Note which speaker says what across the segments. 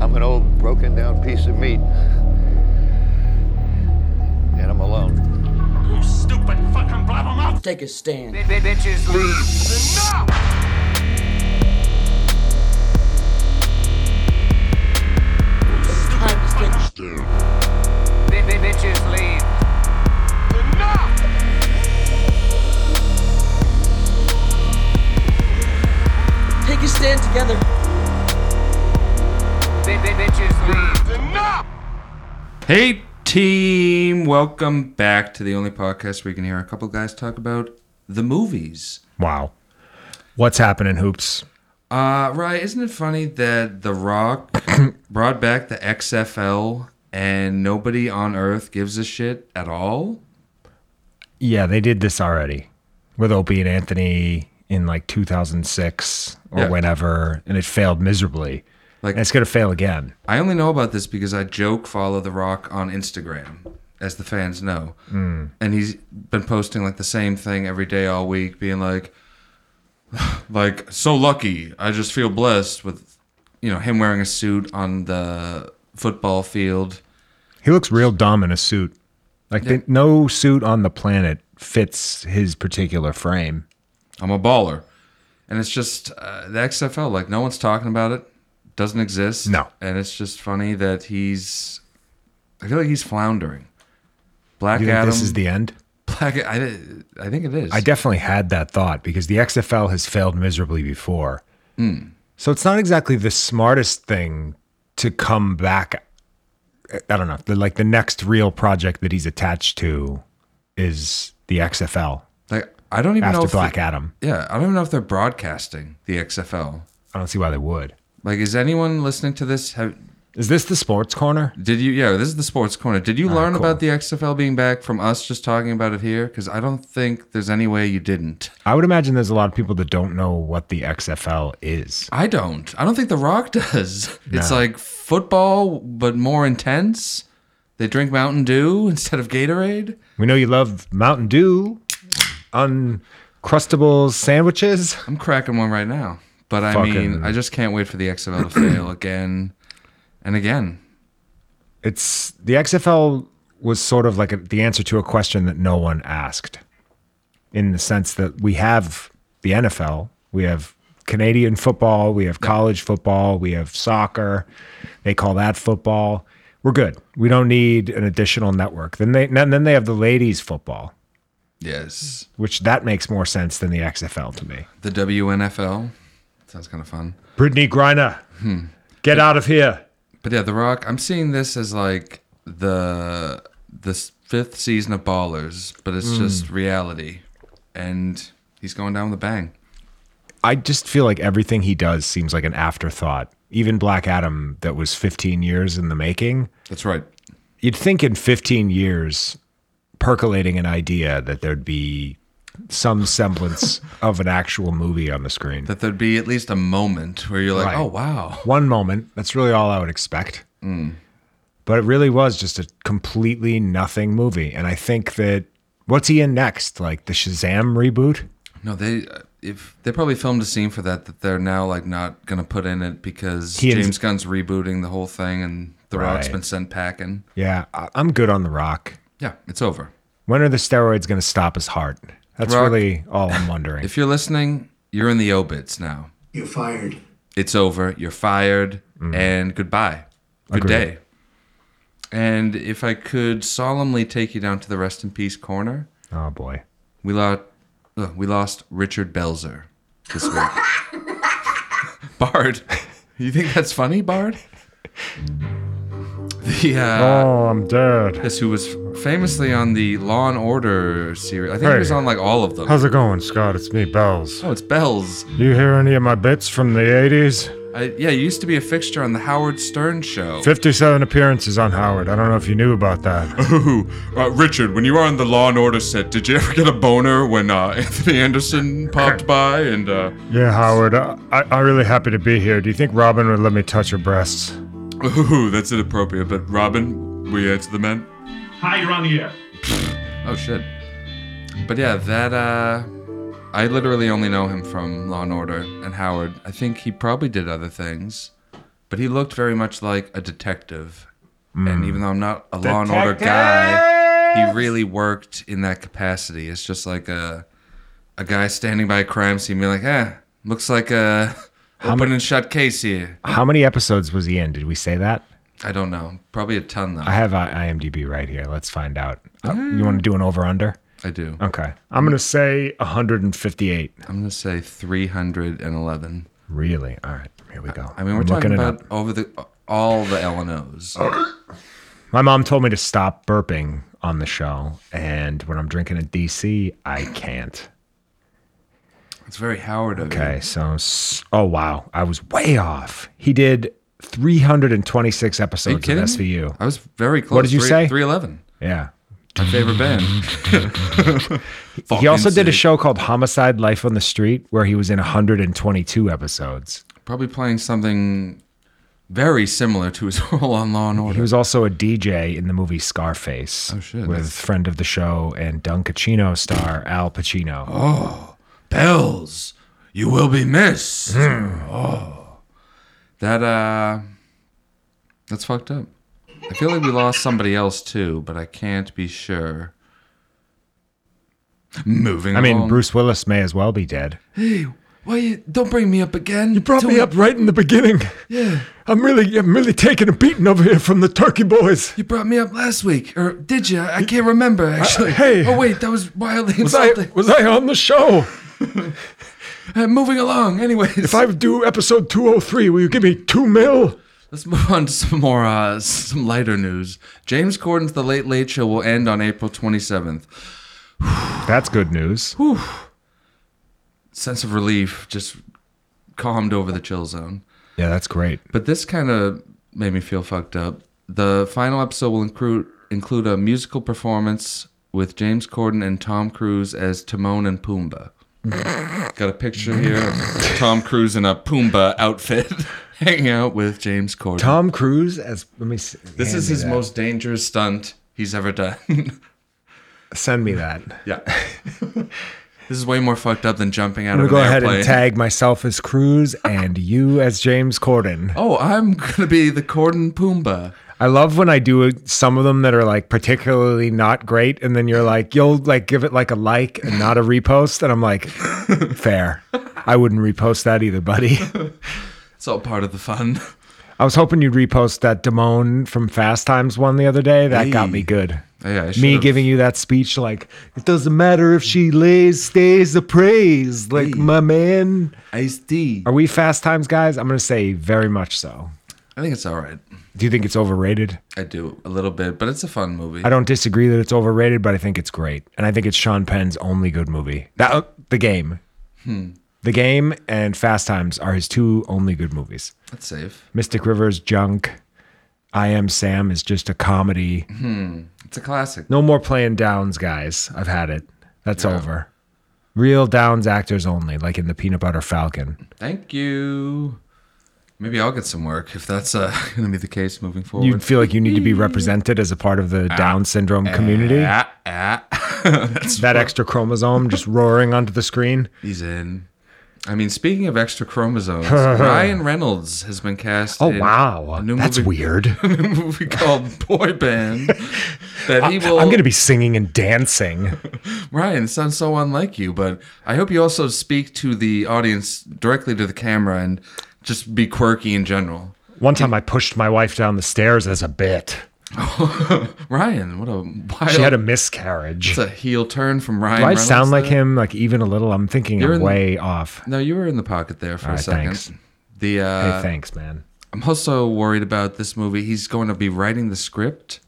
Speaker 1: I'm an old broken down piece of meat. And I'm alone.
Speaker 2: You stupid fucking blabbermouth!
Speaker 3: Take a stand.
Speaker 2: Enough! Enough!
Speaker 3: Take a stand together.
Speaker 2: Enough!
Speaker 4: Hey, team. Welcome back to the only podcast where you can hear a couple guys talk about the movies.
Speaker 5: Wow. What's happening, hoops?
Speaker 4: Uh, right. Isn't it funny that The Rock brought back the XFL and nobody on earth gives a shit at all?
Speaker 5: Yeah, they did this already with Opie and Anthony in like 2006 or
Speaker 4: Yeah.
Speaker 5: whenever, and it failed miserably.
Speaker 4: Like-
Speaker 5: Like, and it's going to fail again.
Speaker 4: I only know about this because I joke follow The Rock on Instagram, as the fans know.
Speaker 5: Hmm.
Speaker 4: Mm. And he's been posting like the same thing every day all week, being like, like so lucky. I just feel blessed with, you know, him wearing a suit on the football field.
Speaker 5: He looks real dumb in a suit. Like, the, no suit on the planet fits his particular frame.
Speaker 4: I'm a baller, and it's just uh, the XFL. Like no one's talking about it. Doesn't exist.
Speaker 5: No.
Speaker 4: and it's just funny that he's. I feel like he's floundering. Black
Speaker 5: Do you think
Speaker 4: Adam.
Speaker 5: this is the end?
Speaker 4: Black. I, I think it is.
Speaker 5: I definitely had that thought because the XFL has failed miserably before. So it's not exactly the smartest thing to come back. I don't know. The, like the next real project that he's attached to is the XFL
Speaker 4: Like I don't even know
Speaker 5: after
Speaker 4: if
Speaker 5: Black
Speaker 4: the-
Speaker 5: Adam.
Speaker 4: yeah, I don't even know if they're broadcasting the XFL.
Speaker 5: I don't see why they would.
Speaker 4: Like, is anyone listening to this? Have,
Speaker 5: Is this the sports corner?
Speaker 4: did you? Yeah, this is the sports corner. Did you learn
Speaker 5: Ah, cool.
Speaker 4: about the XFL being back from us just talking about it here? Because I don't think there's any way you didn't.
Speaker 5: I would imagine there's a lot of people that don't know what the XFL is.
Speaker 4: I don't. I don't think The Rock does. It's like football, but more intense. They drink Mountain Dew instead of Gatorade.
Speaker 5: We know you love Mountain Dew, Uncrustables sandwiches.
Speaker 4: I'm cracking one right now. But I mean,
Speaker 5: Fucking-
Speaker 4: I just can't wait for the XFL to fail again and again.
Speaker 5: it's the XFL was sort of like a, the answer to a question that no one asked, in the sense that we have the NFL, we have Canadian football, we have college football, we have soccer. They call that football. We're good. We don't need an additional network. Then they and then they have the ladies football,
Speaker 4: Yes.
Speaker 5: which that makes more sense than the XFL to me.
Speaker 4: The WNFL. Sounds kind of fun.
Speaker 5: Brittany Griner, get out of here.
Speaker 4: But yeah, The Rock. I'm seeing this as like the the s- fifth season of Ballers, but
Speaker 5: Mm.
Speaker 4: it's just reality, and he's going down with a bang.
Speaker 5: I just feel like everything he does seems like an afterthought. Even Black Adam, that was 15 years in the making,
Speaker 4: That's right.
Speaker 5: you'd think in 15 years, percolating an idea that there'd be some semblance of an actual movie on the screen.
Speaker 4: That there'd be at least a moment where you're like,
Speaker 5: Right.
Speaker 4: oh wow, Mm.
Speaker 5: One moment, that's really all I would expect. But it really was just a completely nothing movie. And I think that what's he in next? Like the Shazam reboot?
Speaker 4: no, they uh, if they probably filmed a scene for that that they're now like not gonna put in it because
Speaker 5: He and-
Speaker 4: James Gunn's rebooting the whole thing and The Rock's
Speaker 5: Right.
Speaker 4: been sent packing.
Speaker 5: Yeah, I- I'm good on The Rock.
Speaker 4: Yeah, it's over.
Speaker 5: When are the steroids going to stop his heart? That's
Speaker 4: Rock-
Speaker 5: really all I'm wondering.
Speaker 4: If you're listening, you're in the obits now.
Speaker 6: You're fired.
Speaker 4: it's over, you're fired, and goodbye. Good
Speaker 5: Mm-hmm. Agreed.
Speaker 4: day. And if I could solemnly take you down to the rest in peace corner,
Speaker 5: oh boy.
Speaker 4: we lost, we lost Richard Belzer this week. Bard, you think that's funny, Bard? The uh,
Speaker 5: Oh, I'm dead.
Speaker 4: this who was famously on the Law and Order series. I think he
Speaker 5: Hey.
Speaker 4: was on like all of them.
Speaker 5: it going, Scott? It's me, Bells.
Speaker 4: oh, it's Bells.
Speaker 5: You hear any of my bits from the 80s?
Speaker 4: I, yeah, you used to be a fixture on the Howard Stern show.
Speaker 5: 57 appearances on Howard. I don't know if you knew about that.
Speaker 4: Ooh, uh, Richard, when you were on the Law and Order set, did you ever get a boner when uh, Anthony Anderson popped by? And uh,
Speaker 5: yeah, Howard, I, I, I'm really happy to be here. Do you think Robin would let me touch her breasts?
Speaker 4: ooh, that's inappropriate. But Robin, will you answer the men?
Speaker 2: Hi, you're on the air.
Speaker 4: Oh shit. But yeah, that uh, I literally only know him from Law and Order and Howard. I think he probably did other things, but he looked very much like a detective.
Speaker 5: Hmm.
Speaker 4: And even though I'm not a law and order guy, he really worked in that capacity. It's just like a a guy standing by a crime scene, being like, "Eh, looks like a open and shut case here."
Speaker 5: How many episodes was he in? Did we say that?
Speaker 4: I don't know. Probably a ton though.
Speaker 5: I
Speaker 4: I,
Speaker 5: have uh, IMDb right here. Let's find out. Uh, you want to do an over under?
Speaker 4: do.
Speaker 5: Okay. I'm going to say 158.
Speaker 4: I'm gonna say 311.
Speaker 5: Really? All right. Here we go.
Speaker 4: I mean, we're
Speaker 5: I'm
Speaker 4: talking
Speaker 5: looking it
Speaker 4: about
Speaker 5: up.
Speaker 4: over the all the LNOs.
Speaker 5: My mom told me to stop burping on the show. And when I'm drinking in DC, I can't.
Speaker 4: It's very Howard of you.
Speaker 5: Okay, so s- oh wow, I was way off. He did 326
Speaker 4: Are you
Speaker 5: episodes of
Speaker 4: kidding?
Speaker 5: SVU.
Speaker 4: I was very close.
Speaker 5: did you
Speaker 4: Three-
Speaker 5: say?
Speaker 4: 311.
Speaker 5: Yeah.
Speaker 4: My favorite band.
Speaker 5: He also
Speaker 4: Fucking
Speaker 5: did a
Speaker 4: sick.
Speaker 5: show called Homicide Life on the Street where he was in 122 episodes.
Speaker 4: Probably playing something very similar to his role on Law and
Speaker 5: He
Speaker 4: Order.
Speaker 5: was also a DJ in the movie Scarface oh,
Speaker 4: shit,
Speaker 5: with
Speaker 4: that's-
Speaker 5: friend of the show and Don Cacino star Al Pacino.
Speaker 4: Oh. Bells, you will be missed. oh,
Speaker 5: Hmm.
Speaker 4: that uh, that's fucked up. I feel like we lost somebody else too, but I can't be sure. Moving.
Speaker 5: I mean,
Speaker 4: along.
Speaker 5: Bruce Willis may as well be dead.
Speaker 4: Why you don't bring me up again? You
Speaker 5: Brought me up right in the beginning. Yeah. I'm really I'm really taking a beating over here from the Turkey Boys.
Speaker 4: You brought me up last week, or did you? I can't remember actually.
Speaker 5: hey.
Speaker 4: Oh wait, that was wildly
Speaker 5: Was I,
Speaker 4: insulting.
Speaker 5: was I on the show?
Speaker 4: Uh, moving along, anyways.
Speaker 5: If I do episode 203, will you give me two mil?
Speaker 4: Let's move on to some more, uh, some lighter news. James Corden's The Late Late Show will end on April 27th.
Speaker 5: That's good news.
Speaker 4: Sense of relief just calmed over the chill zone.
Speaker 5: Yeah, that's great.
Speaker 4: But this kind of made me feel fucked up. The final episode will include include a musical performance with James Corden and Tom Cruise as Timon and Pumbaa. Got a picture here of Tom Cruise in a Pumbaa outfit hanging out with James Corden.
Speaker 5: Tom Cruise as let me. s-
Speaker 4: this
Speaker 5: hand
Speaker 4: is
Speaker 5: me
Speaker 4: his
Speaker 5: that.
Speaker 4: most dangerous stunt he's ever done.
Speaker 5: Send me that.
Speaker 4: Yeah. this is way more fucked up than jumping out
Speaker 5: I'm
Speaker 4: of
Speaker 5: gonna
Speaker 4: an
Speaker 5: go ahead
Speaker 4: airplane.
Speaker 5: and tag myself as Cruise and you as James Corden.
Speaker 4: Oh, I'm gonna be the Corden Pumbaa.
Speaker 5: I love when I do it- some of them that are like particularly not great, and then you're like, you'll like give it like a like and not a repost, and I'm like, fair. I wouldn't repost that either, buddy.
Speaker 4: It's all part of the fun.
Speaker 5: I was hoping you'd repost that Damone from Fast Times one the other day. That got
Speaker 4: Hey.
Speaker 5: me good.
Speaker 4: Oh, Yeah, I
Speaker 5: me
Speaker 4: should've-
Speaker 5: giving you that speech like it doesn't matter if she lays stays appraised like my man
Speaker 4: Ice D.
Speaker 5: are we fast times guys i'm gonna say very much so
Speaker 4: I think it's all right.
Speaker 5: do you think it's overrated
Speaker 4: I do a little bit, but it's a fun movie.
Speaker 5: i don't disagree that it's overrated but i think it's great and i think it's sean penn's only good movie that uh, the game
Speaker 4: Hmm.
Speaker 5: the game and fast times are his two only good movies
Speaker 4: That's safe.
Speaker 5: mystic river's junk i am sam is just a comedy
Speaker 4: It's a classic.
Speaker 5: no more playing downs guys i've had it that's over real downs actors only like in the peanut butter falcon
Speaker 4: Thank you. Maybe I'll get some work if that's uh, gonna be the case moving forward. Ah,
Speaker 5: you feel like you need to be represented as a part of the Down syndrome community.
Speaker 4: Ah, ah. that's
Speaker 5: That extra chromosome just roaring onto the screen.
Speaker 4: He's in. I mean, speaking of extra chromosomes, Ryan Reynolds has been cast.
Speaker 5: Oh
Speaker 4: in
Speaker 5: wow,
Speaker 4: a new
Speaker 5: that's
Speaker 4: movie-
Speaker 5: weird.
Speaker 4: a movie called Boy Band. That he will.
Speaker 5: I'm gonna be singing and dancing.
Speaker 4: Ryan, it sounds so unlike you, but I hope you also speak to the audience directly to the camera and just be quirky in general.
Speaker 5: One time, I pushed my wife down the stairs as a bit.
Speaker 4: Ryan, what a wild.
Speaker 5: She had a miscarriage.
Speaker 4: it's a heel turn from Ryan.
Speaker 5: Do I
Speaker 4: Reynolds
Speaker 5: sound like
Speaker 4: there.
Speaker 5: him? Like even a little? I'm thinking
Speaker 4: You're
Speaker 5: I'm
Speaker 4: in-
Speaker 5: way off.
Speaker 4: No, you were in the pocket there for a
Speaker 5: Alright,
Speaker 4: second.
Speaker 5: thanks.
Speaker 4: The uh,
Speaker 5: hey, thanks, man.
Speaker 4: I'm also worried about this movie. He's going to be writing the script,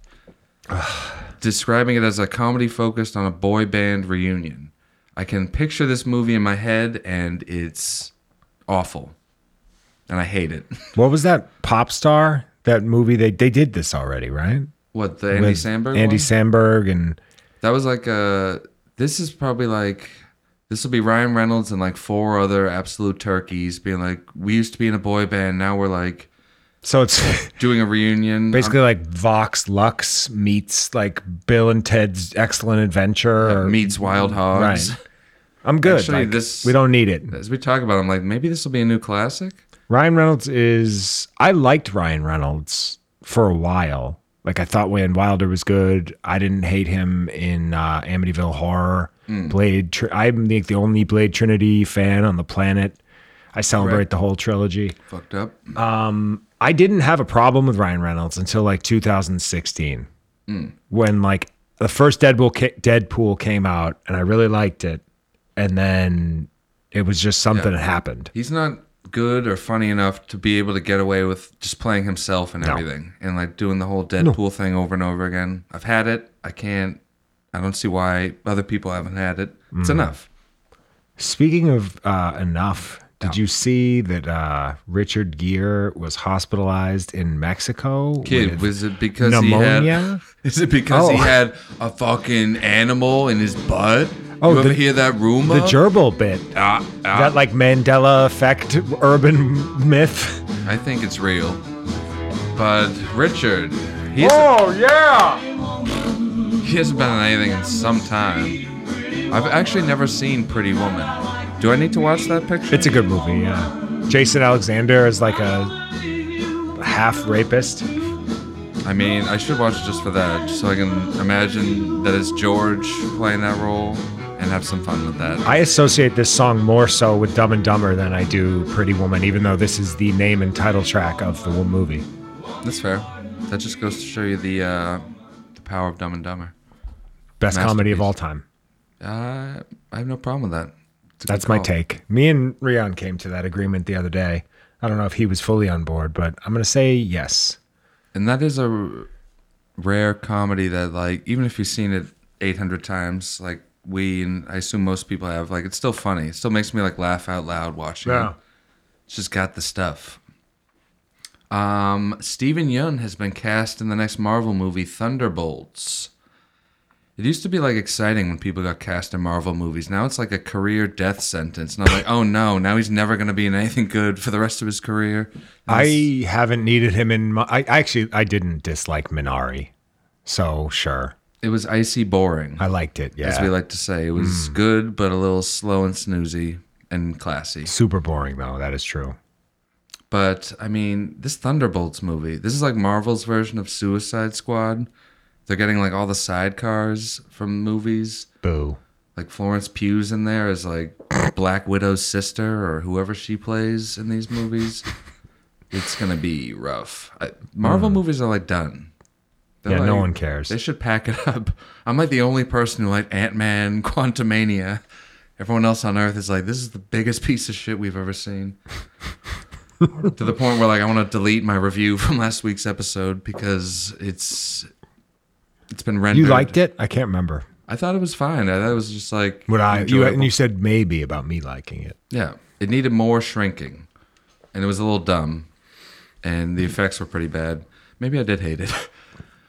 Speaker 4: describing it as a comedy focused on a boy band reunion. I can picture this movie in my head, and it's awful, and I hate it.
Speaker 5: What was that pop star? That movie they they did this already, right?
Speaker 4: What the Andy
Speaker 5: With
Speaker 4: Samberg?
Speaker 5: Andy
Speaker 4: one?
Speaker 5: Samberg and
Speaker 4: that was like a. This is probably like. This will be Ryan Reynolds and like four other absolute turkeys being like, we used to be in a boy band, now we're like
Speaker 5: so it's
Speaker 4: doing a reunion.
Speaker 5: Basically, like Vox Lux meets like Bill and Ted's Excellent Adventure.
Speaker 4: Um,
Speaker 5: or-
Speaker 4: meets Wild Hogs.
Speaker 5: uh, Right. I'm good.
Speaker 4: Actually,
Speaker 5: like,
Speaker 4: this-
Speaker 5: we don't need it.
Speaker 4: As we talk about, it, I'm like, maybe this will be a new classic.
Speaker 5: Ryan Reynolds is. I liked Ryan Reynolds for a while. Like I thought Wayne Wilder was good. I didn't hate him in uh, Amityville Horror. Blade. Tr- I'm like the only Blade Trinity fan on the planet. I celebrate
Speaker 4: Right.
Speaker 5: the whole trilogy.
Speaker 4: Fucked up.
Speaker 5: I didn't have a problem with Ryan Reynolds until like 2016, when like the first Deadpool ca- Deadpool came out, and I really liked it, and then it was just something that happened.
Speaker 4: He's not good or funny enough to be able to get away with just playing himself and everything and like doing the whole Deadpool thing over and over again. I've had it. I can't. I don't see why other people haven't had it. It's
Speaker 5: Mm.
Speaker 4: enough.
Speaker 5: Speaking of uh, enough, did you see that uh, Richard Gere was hospitalized in Mexico?
Speaker 4: Kid,
Speaker 5: with-
Speaker 4: was it because he
Speaker 5: pneumonia?
Speaker 4: had? Is it because he
Speaker 5: Oh.
Speaker 4: had a fucking animal in his butt?
Speaker 5: Oh,
Speaker 4: you ever
Speaker 5: the-
Speaker 4: hear that rumor?
Speaker 5: the gerbil bit.
Speaker 4: Ah, ah.
Speaker 5: that like Mandela effect urban myth.
Speaker 4: I think it's real. But Richard, he hasn't,
Speaker 5: Oh yeah.
Speaker 4: he hasn't been on anything in some time. I've actually never seen Pretty Woman. Do I need to watch that picture?
Speaker 5: It's a good movie, yeah. Jason Alexander is like a half rapist.
Speaker 4: I mean, I should watch it just for that, just so I can imagine that it's George playing that role and have some fun with that.
Speaker 5: I associate this song more so with Dumb and Dumber than I do Pretty Woman, even though this is the name and title track of the movie.
Speaker 4: That's fair. That just goes to show you the uh, the power of Dumb and Dumber.
Speaker 5: Best comedy of
Speaker 4: Masterpiece.
Speaker 5: all time.
Speaker 4: Uh, I have no problem with that. It's a good
Speaker 5: That's my
Speaker 4: call.
Speaker 5: take. Me and Rion came to that agreement the other day. I don't know if he was fully on board, but I'm going to say yes.
Speaker 4: And that is a r- rare comedy that, like, even if you've seen it 800 times, like we and I assume most people have, like, it's still funny. It still makes me like laugh out loud watching. it. It's just got the stuff. Um, Steven Yeun has been cast in the next Marvel movie, Thunderbolts. It used to be like exciting when people got cast in Marvel movies. Now it's like a career death sentence. And I'm like, oh no, now he's never going to be in anything good for the rest of his career.
Speaker 5: I haven't needed him in my. I actually I didn't dislike Minari, so sure
Speaker 4: It was icy boring.
Speaker 5: I liked it. Yeah, Hmm.
Speaker 4: as we like to say. It was good, but a little slow and snoozy and classy.
Speaker 5: super boring though. That is true.
Speaker 4: But I mean, this Thunderbolts movie, this is like Marvel's version of Suicide Squad. They're getting like all the sidecars from movies.
Speaker 5: Boo.
Speaker 4: Like Florence Pugh's in there as like Black Widow's sister or whoever she plays in these movies. It's gonna be rough. I, Marvel movies are like done. They're
Speaker 5: Hmm. Yeah, no
Speaker 4: like-
Speaker 5: one cares.
Speaker 4: They should pack it up. I'm like the only person who liked Ant Man, Quantumania. Everyone else on Earth is like, this is the biggest piece of shit we've ever seen. to the point where like I want to delete my review from last week's episode because it's it's been rendered.
Speaker 5: You liked it? I can't remember.
Speaker 4: I thought it was fine. I thought it was just like
Speaker 5: What I you
Speaker 4: enjoyable.
Speaker 5: and you said maybe about me liking it.
Speaker 4: Yeah, it needed more shrinking, and it was a little dumb, and the effects were pretty bad. Maybe I did hate it,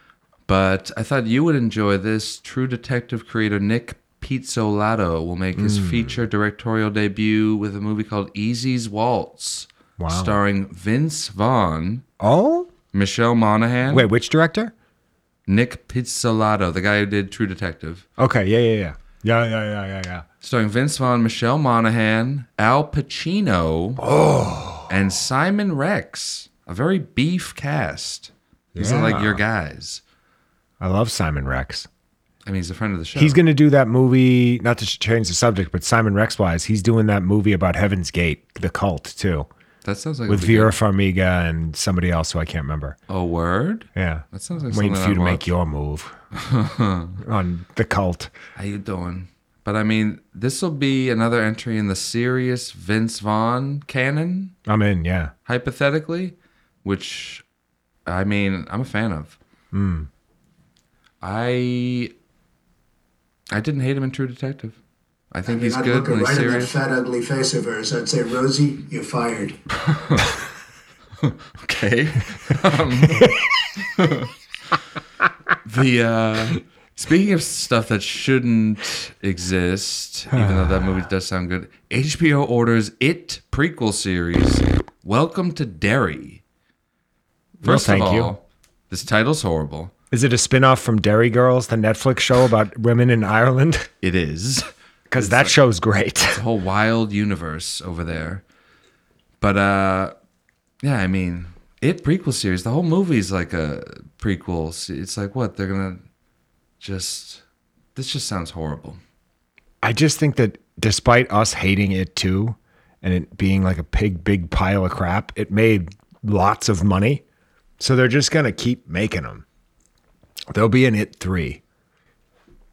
Speaker 4: but I thought you would enjoy this. True Detective creator Nick Pizzolatto will make
Speaker 5: Hmm.
Speaker 4: his feature directorial debut with a movie called Easy's Waltz,
Speaker 5: Wow.
Speaker 4: starring Vince Vaughn,
Speaker 5: Oh
Speaker 4: Michelle Monaghan,
Speaker 5: wait, which director?
Speaker 4: Nick Pizzolatto, the guy who did True Detective.
Speaker 5: Okay, yeah, yeah, yeah, yeah, yeah, yeah, yeah, yeah.
Speaker 4: starring Vince Vaughn, Michelle Monaghan, Al Pacino,
Speaker 5: Oh.
Speaker 4: and Simon Rex. A very beef cast. These are like
Speaker 5: Yeah.
Speaker 4: your guys.
Speaker 5: I love Simon Rex.
Speaker 4: I mean, he's a friend of the show.
Speaker 5: He's going to do that movie. Not to ch- change the subject, but Simon Rex wise, he's doing that movie about Heaven's Gate, the cult too,
Speaker 4: that sounds like
Speaker 5: with
Speaker 4: it'd be
Speaker 5: Vera
Speaker 4: good.
Speaker 5: Farmiga and somebody else who I can't remember.
Speaker 4: A word?
Speaker 5: Yeah.
Speaker 4: That sounds like
Speaker 5: waiting
Speaker 4: something
Speaker 5: for
Speaker 4: I'd
Speaker 5: you to
Speaker 4: watch.
Speaker 5: make your move on the cult.
Speaker 4: How you doing? But I mean, this will be another entry in the serious Vince Vaughn canon,
Speaker 5: I'm in, yeah.
Speaker 4: hypothetically, which I mean, I'm a fan of. I I didn't hate him in True Detective. I think he's
Speaker 6: I'm
Speaker 4: good
Speaker 6: looking
Speaker 4: and he's
Speaker 6: right at that
Speaker 4: serious.
Speaker 6: fat, ugly face of hers. I'd say, Rosie, you're fired.
Speaker 4: Okay. Um, the uh, speaking of stuff that shouldn't exist, even though that movie does sound good, HBO orders it prequel series. Welcome to Derry.
Speaker 5: Well,
Speaker 4: First
Speaker 5: thank
Speaker 4: of all,
Speaker 5: you.
Speaker 4: this title's horrible.
Speaker 5: Is it a spin off from Dairy Girls, the Netflix show about women in Ireland?
Speaker 4: It is.
Speaker 5: Because that show's great.
Speaker 4: whole wild universe over there. But uh Yeah, I mean, it prequel series. The whole movie's like a prequel. se- It's like what they're gonna just. This just sounds horrible.
Speaker 5: I just think that despite us hating it too, and it being like a big, big pile of crap, it made lots of money. So they're just gonna keep making them. There'll be an It three,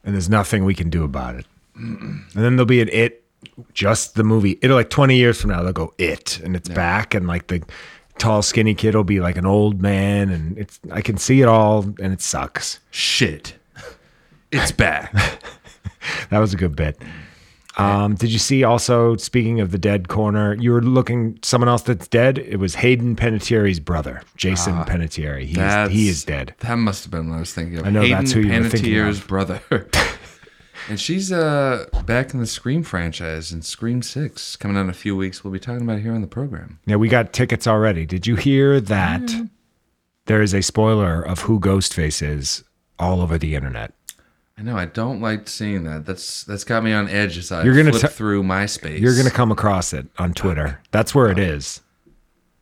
Speaker 5: and there's nothing we can do about it. And then there'll be an It, just the movie. It'll like twenty years from now they'll go It, and it's back, and like the tall skinny kid will be like an old man, and it's I can see it all, and it sucks.
Speaker 4: Shit, it's back.
Speaker 5: That was a good bit. Um, did you see also, speaking of the dead corner, you were looking someone else that's dead? It was Hayden Penetieri's brother, Jason Panettiere. He is,
Speaker 4: Ah, That's-
Speaker 5: he is dead.
Speaker 4: That must have been what I was thinking of.
Speaker 5: I know
Speaker 4: Hayden
Speaker 5: that's who you were thinking
Speaker 4: Panettiere's
Speaker 5: of.
Speaker 4: brother. and she's uh, back in the Scream franchise in Scream 6, coming out in a few weeks. We'll be talking about it here on the program.
Speaker 5: Yeah, we got tickets already. Did you hear that? There is a spoiler of who Ghostface is all over the internet.
Speaker 4: I know I don't like seeing that. That's that's got me on edge as I
Speaker 5: You're gonna
Speaker 4: flip
Speaker 5: t-
Speaker 4: through MySpace.
Speaker 5: You're going to come across it on Twitter. That's where it is.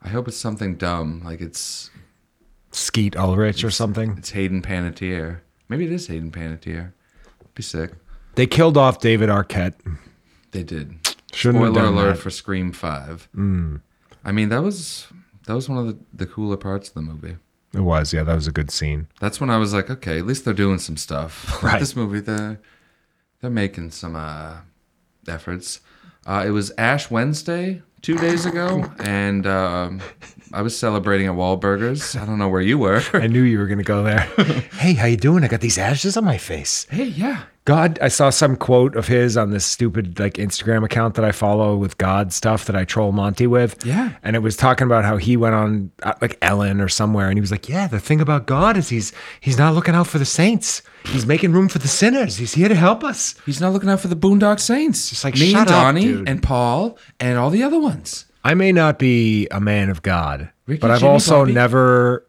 Speaker 4: I hope it's something dumb, like it's
Speaker 5: Skeet Ulrich or something.
Speaker 4: it's Hayden Panettiere. Maybe it is Hayden Panettiere. Be sick.
Speaker 5: They killed off David Arquette.
Speaker 4: They did.
Speaker 5: Shouldn't have
Speaker 4: Spoiler
Speaker 5: done
Speaker 4: alert
Speaker 5: that. Hmm.
Speaker 4: for Scream Five. I mean that was that was one of the, the cooler parts of the movie.
Speaker 5: It was. Yeah, that was a good scene.
Speaker 4: That's when I was like, okay, at least they're doing some stuff.
Speaker 5: Right.
Speaker 4: this movie, they're they're making some uh, efforts. Uh, it was Ash Wednesday two days ago, and um, I was celebrating at Wahlburgers. I don't know where you were.
Speaker 5: I knew you were going to go there. hey, how you doing? I got these ashes on my face.
Speaker 4: hey, yeah,
Speaker 5: God, I saw some quote of his on this stupid like Instagram account that I follow with God stuff that I troll Monty with.
Speaker 4: Yeah.
Speaker 5: And it was talking about how he went on uh, like Ellen or somewhere and he was like, "Yeah, the thing about God is he's he's not looking out for the saints. He's making room for the sinners. He's here to help us."
Speaker 4: he's not looking out for the Boondock Saints.
Speaker 5: Just like,
Speaker 4: me
Speaker 5: shut
Speaker 4: and
Speaker 5: up,
Speaker 4: Donnie
Speaker 5: dude.
Speaker 4: and Paul and all the other ones.
Speaker 5: I may not be a man of God,
Speaker 4: Ricky,
Speaker 5: but I've
Speaker 4: Jimmy,
Speaker 5: also
Speaker 4: Bobby.
Speaker 5: never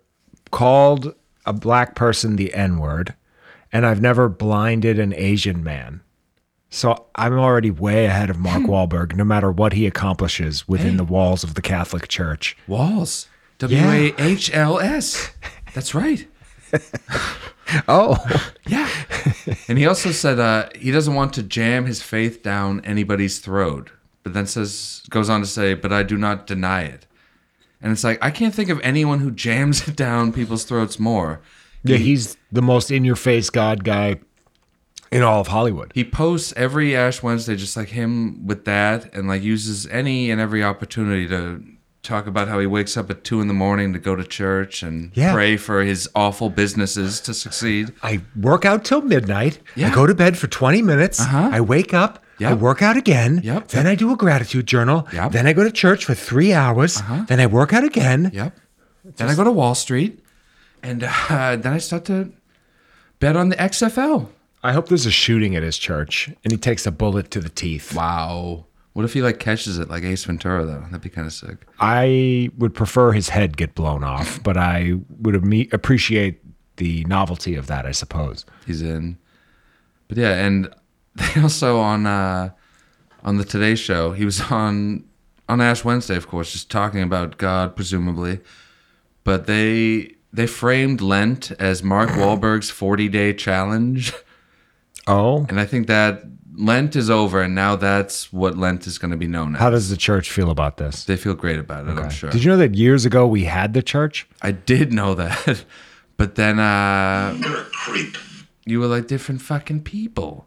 Speaker 5: called a black person the N word, and I've never blinded an Asian man. So I'm already way ahead of Mark Wahlberg, no matter what he accomplishes within the walls of the Catholic Church.
Speaker 4: Walls. W
Speaker 5: Yeah.
Speaker 4: A H L S. That's right.
Speaker 5: Oh,
Speaker 4: Yeah. and he also said uh, he doesn't want to jam his faith down anybody's throat, but then says goes on to say, "But I do not deny it." And it's like I can't think of anyone who jams it down people's throats more.
Speaker 5: yeah, he's the most in-your-face God guy in all of Hollywood.
Speaker 4: He posts every Ash Wednesday just like him with that, and like uses any and every opportunity to talk about how he wakes up at two in the morning to go to church and
Speaker 5: Yeah.
Speaker 4: pray for his awful businesses to succeed.
Speaker 5: I work out till midnight. I
Speaker 4: Yeah.
Speaker 5: go to bed for 20 minutes.
Speaker 4: Uh-huh.
Speaker 5: I wake up. I
Speaker 4: Yep.
Speaker 5: work out again.
Speaker 4: Yep.
Speaker 5: Then I do a gratitude journal.
Speaker 4: Yep. Uh-huh.
Speaker 5: Then I go to church for three hours. Then I work out again.
Speaker 4: Yep. then I go to Wall Street, and uh, then I start to bet on the XFL.
Speaker 5: I hope there's a shooting at his church and he takes a bullet to the teeth.
Speaker 4: Wow. What if he like catches it like Ace Ventura though? That'd be kind of sick.
Speaker 5: I would prefer his head get blown off, but I would ame- appreciate the novelty of that, I suppose.
Speaker 4: He's in. But yeah, and they also on uh, on the Today Show. He was on on Ash Wednesday, of course, just talking about God, presumably. But they they framed Lent as Mark Wahlberg's forty day challenge.
Speaker 5: Oh.
Speaker 4: And I think that Lent is over, and now that's what Lent is going to be known as.
Speaker 5: How does the church feel about this?
Speaker 4: They feel great about it, I'm sure.
Speaker 5: Did you know that years ago we had the church?
Speaker 4: I did know that. But then uh You're a creep. You were like different fucking people.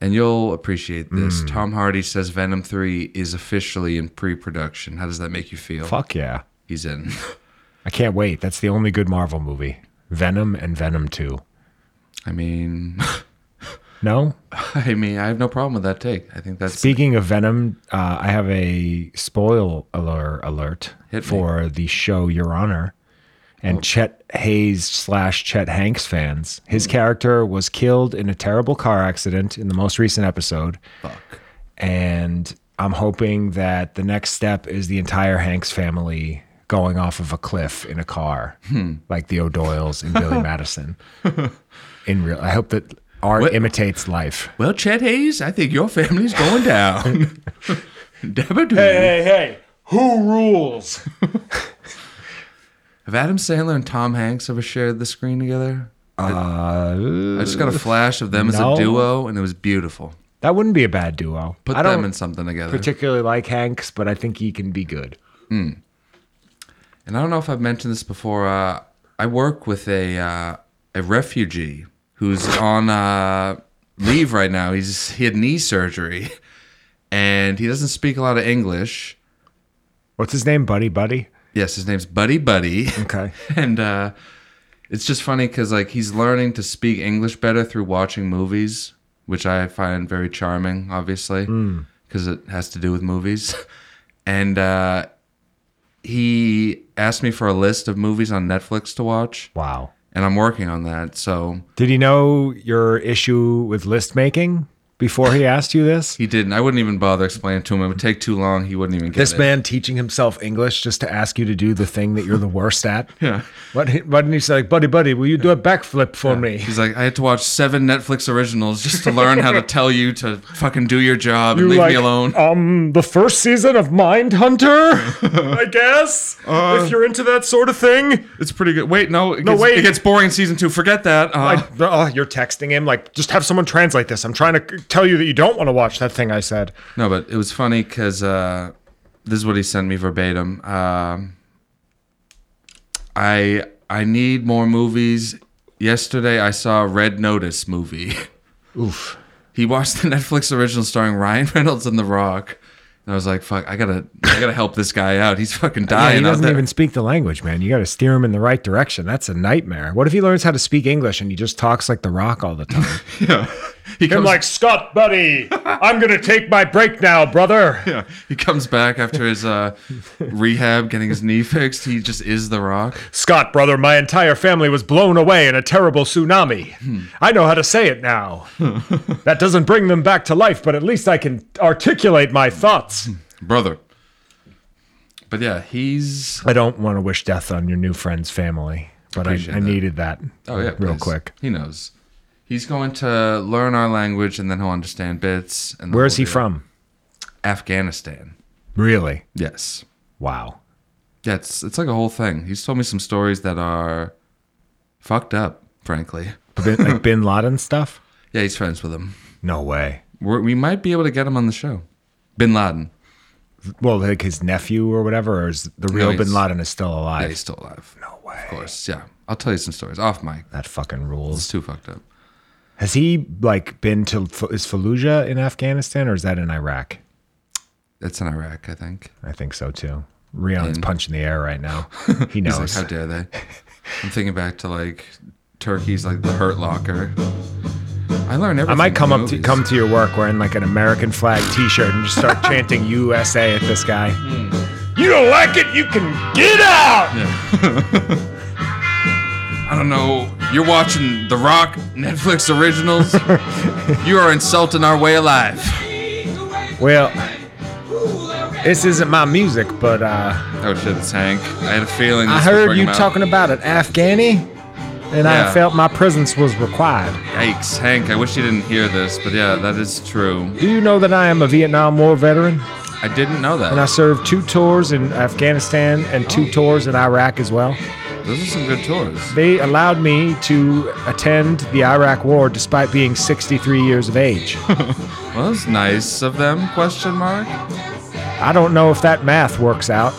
Speaker 4: And you'll appreciate
Speaker 5: Hmm.
Speaker 4: this. Tom Hardy says Venom 3 is officially in pre-production. How does that make you feel?
Speaker 5: Fuck yeah.
Speaker 4: He's in.
Speaker 5: I can't wait. That's the only good Marvel movie. Venom and Venom 2.
Speaker 4: I mean,
Speaker 5: No?
Speaker 4: I mean, I have no problem with that take. I think that's
Speaker 5: Speaking of Venom, uh, I have a spoil alert alert
Speaker 4: Hit me. Oh.
Speaker 5: for the show Your Honor. And Chet Hayes slash Chet Hanks fans. His
Speaker 4: Hmm.
Speaker 5: character was killed in a terrible car accident in the most recent episode.
Speaker 4: fuck.
Speaker 5: And I'm hoping that the next step is the entire Hanks family going off of a cliff in a car,
Speaker 4: Hmm.
Speaker 5: like the O'Doyles and Billy Madison. In real, I hope that art
Speaker 4: What-
Speaker 5: imitates life.
Speaker 4: Well, Chet Hayes, I think your family's going down. Dabba doo.
Speaker 5: hey, Who rules?
Speaker 4: Have Adam Sandler and Tom Hanks ever shared the screen together? I
Speaker 5: Uh,
Speaker 4: just got a flash of them as a
Speaker 5: No.
Speaker 4: duo, and it was beautiful.
Speaker 5: that wouldn't be a bad duo.
Speaker 4: Put
Speaker 5: I
Speaker 4: them
Speaker 5: don't
Speaker 4: in something together.
Speaker 5: particularly like Hanks, but I think he can be good.
Speaker 4: and I don't know if I've mentioned this before. Uh, I work with a uh, a refugee who's on uh, leave right now. He's he had knee surgery, and he doesn't speak a lot of English.
Speaker 5: What's his name? Buddy Buddy?
Speaker 4: Yes, his name's Buddy Buddy.
Speaker 5: Okay.
Speaker 4: and uh, it's just funny because like he's learning to speak English better through watching movies, which I find very charming, obviously,
Speaker 5: Mm.
Speaker 4: because it has to do with movies. and uh, he asked me for a list of movies on Netflix to watch,
Speaker 5: Wow.
Speaker 4: and I'm working on that. So
Speaker 5: Did he know your issue with list making before he asked you this?
Speaker 4: he didn't. I wouldn't even bother explaining to him. It would take too long. He wouldn't even get
Speaker 5: This
Speaker 4: it.
Speaker 5: man teaching himself English just to ask you to do the thing that you're the worst at.
Speaker 4: Yeah.
Speaker 5: What? Why didn't he say, like, "Buddy, buddy, will you do a backflip for me?"
Speaker 4: He's like, I had to watch seven Netflix originals just to learn how to tell you to fucking do your job and
Speaker 5: You
Speaker 4: leave
Speaker 5: like,
Speaker 4: me alone.
Speaker 5: Um, the first season of Mind Hunter, I guess. if you're into that sort of thing,
Speaker 4: It's pretty good. Wait, no, it, gets,
Speaker 5: wait.
Speaker 4: it gets boring in season two. Forget that. Uh,
Speaker 5: I, oh, you're texting him like, just have someone translate this. I'm trying to c- tell you that you don't want to watch that thing I said.
Speaker 4: no, but it was funny because uh, this is what he sent me verbatim. Um, I I need more movies. Yesterday, I saw a Red Notice movie. Oof. He watched the Netflix original starring Ryan Reynolds and The Rock, and I was like, "Fuck, I gotta, I gotta help this guy out. He's fucking
Speaker 5: Yeah, he
Speaker 4: dying out
Speaker 5: doesn't
Speaker 4: there."
Speaker 5: even speak the language, man. You got to steer him in the right direction. That's a nightmare. What if he learns how to speak English and he just talks like The Rock all the time?
Speaker 4: yeah. He
Speaker 5: I'm
Speaker 4: comes,
Speaker 5: like, Scott, buddy, I'm going to take my break now, brother.
Speaker 4: yeah, he comes back after his uh, rehab, getting his knee fixed. He just is The Rock.
Speaker 5: Scott, brother, my entire family was blown away in a terrible tsunami. I know how to say it now. that doesn't bring them back to life, but at least I can articulate my thoughts.
Speaker 4: brother. But yeah, he's
Speaker 5: I don't want to wish death on your new friend's family, but I,
Speaker 4: Appreciate
Speaker 5: I
Speaker 4: that.
Speaker 5: needed that
Speaker 4: oh yeah,
Speaker 5: real
Speaker 4: please.
Speaker 5: quick.
Speaker 4: He knows. He's going to learn our language and then he'll understand bits. And the
Speaker 5: Where is
Speaker 4: whole
Speaker 5: he
Speaker 4: deal.
Speaker 5: from?
Speaker 4: Afghanistan.
Speaker 5: Really?
Speaker 4: Yes.
Speaker 5: Wow.
Speaker 4: Yeah, it's it's like a whole thing. He's told me some stories that are fucked up, frankly.
Speaker 5: Bin, like Bin Laden stuff?
Speaker 4: Yeah, he's friends with him.
Speaker 5: No way.
Speaker 4: We're, we might be able to get him on the show. Bin Laden.
Speaker 5: Well, like his nephew or whatever, or is the real
Speaker 4: he's-
Speaker 5: Bin Laden is still
Speaker 4: Yeah,
Speaker 5: alive?
Speaker 4: he's still alive.
Speaker 5: no way.
Speaker 4: Of course. Yeah. I'll tell you some stories off mic.
Speaker 5: That fucking
Speaker 4: It's
Speaker 5: rules.
Speaker 4: too fucked up.
Speaker 5: Has he like been to is Fallujah in Afghanistan or is that in Iraq?
Speaker 4: It's in Iraq, I think.
Speaker 5: I think so too. Rion's
Speaker 4: And-
Speaker 5: punching the air right now. He
Speaker 4: He's like,
Speaker 5: knows.
Speaker 4: how dare they? I'm thinking back to like Turkey's like the Hurt Locker. I learned everything.
Speaker 5: I might come
Speaker 4: from
Speaker 5: up to
Speaker 4: movies.
Speaker 5: come to your work wearing like an American flag T-shirt and just start chanting USA at this guy. You don't like it? You can get out.
Speaker 4: I don't know. You're watching The Rock Netflix originals. you are insulting our way of life.
Speaker 5: Well, this isn't my music, but uh,
Speaker 4: Oh shit, it's Hank. I had a feeling. This
Speaker 5: I
Speaker 4: would
Speaker 5: heard
Speaker 4: bring
Speaker 5: you
Speaker 4: him out.
Speaker 5: talking about an Afghani, and
Speaker 4: Yeah.
Speaker 5: I felt my presence was required.
Speaker 4: Yikes, Hank. I wish you didn't hear this, but yeah, that is true.
Speaker 5: Do you know that I am a Vietnam War veteran,
Speaker 4: I didn't know that.
Speaker 5: and I served two tours in Afghanistan and two tours in Iraq as well?
Speaker 4: Those are some good tours.
Speaker 5: They allowed me to attend the Iraq War despite being 63 years of age.
Speaker 4: Well, that's nice of them? Question mark.
Speaker 5: I don't know if that math works out,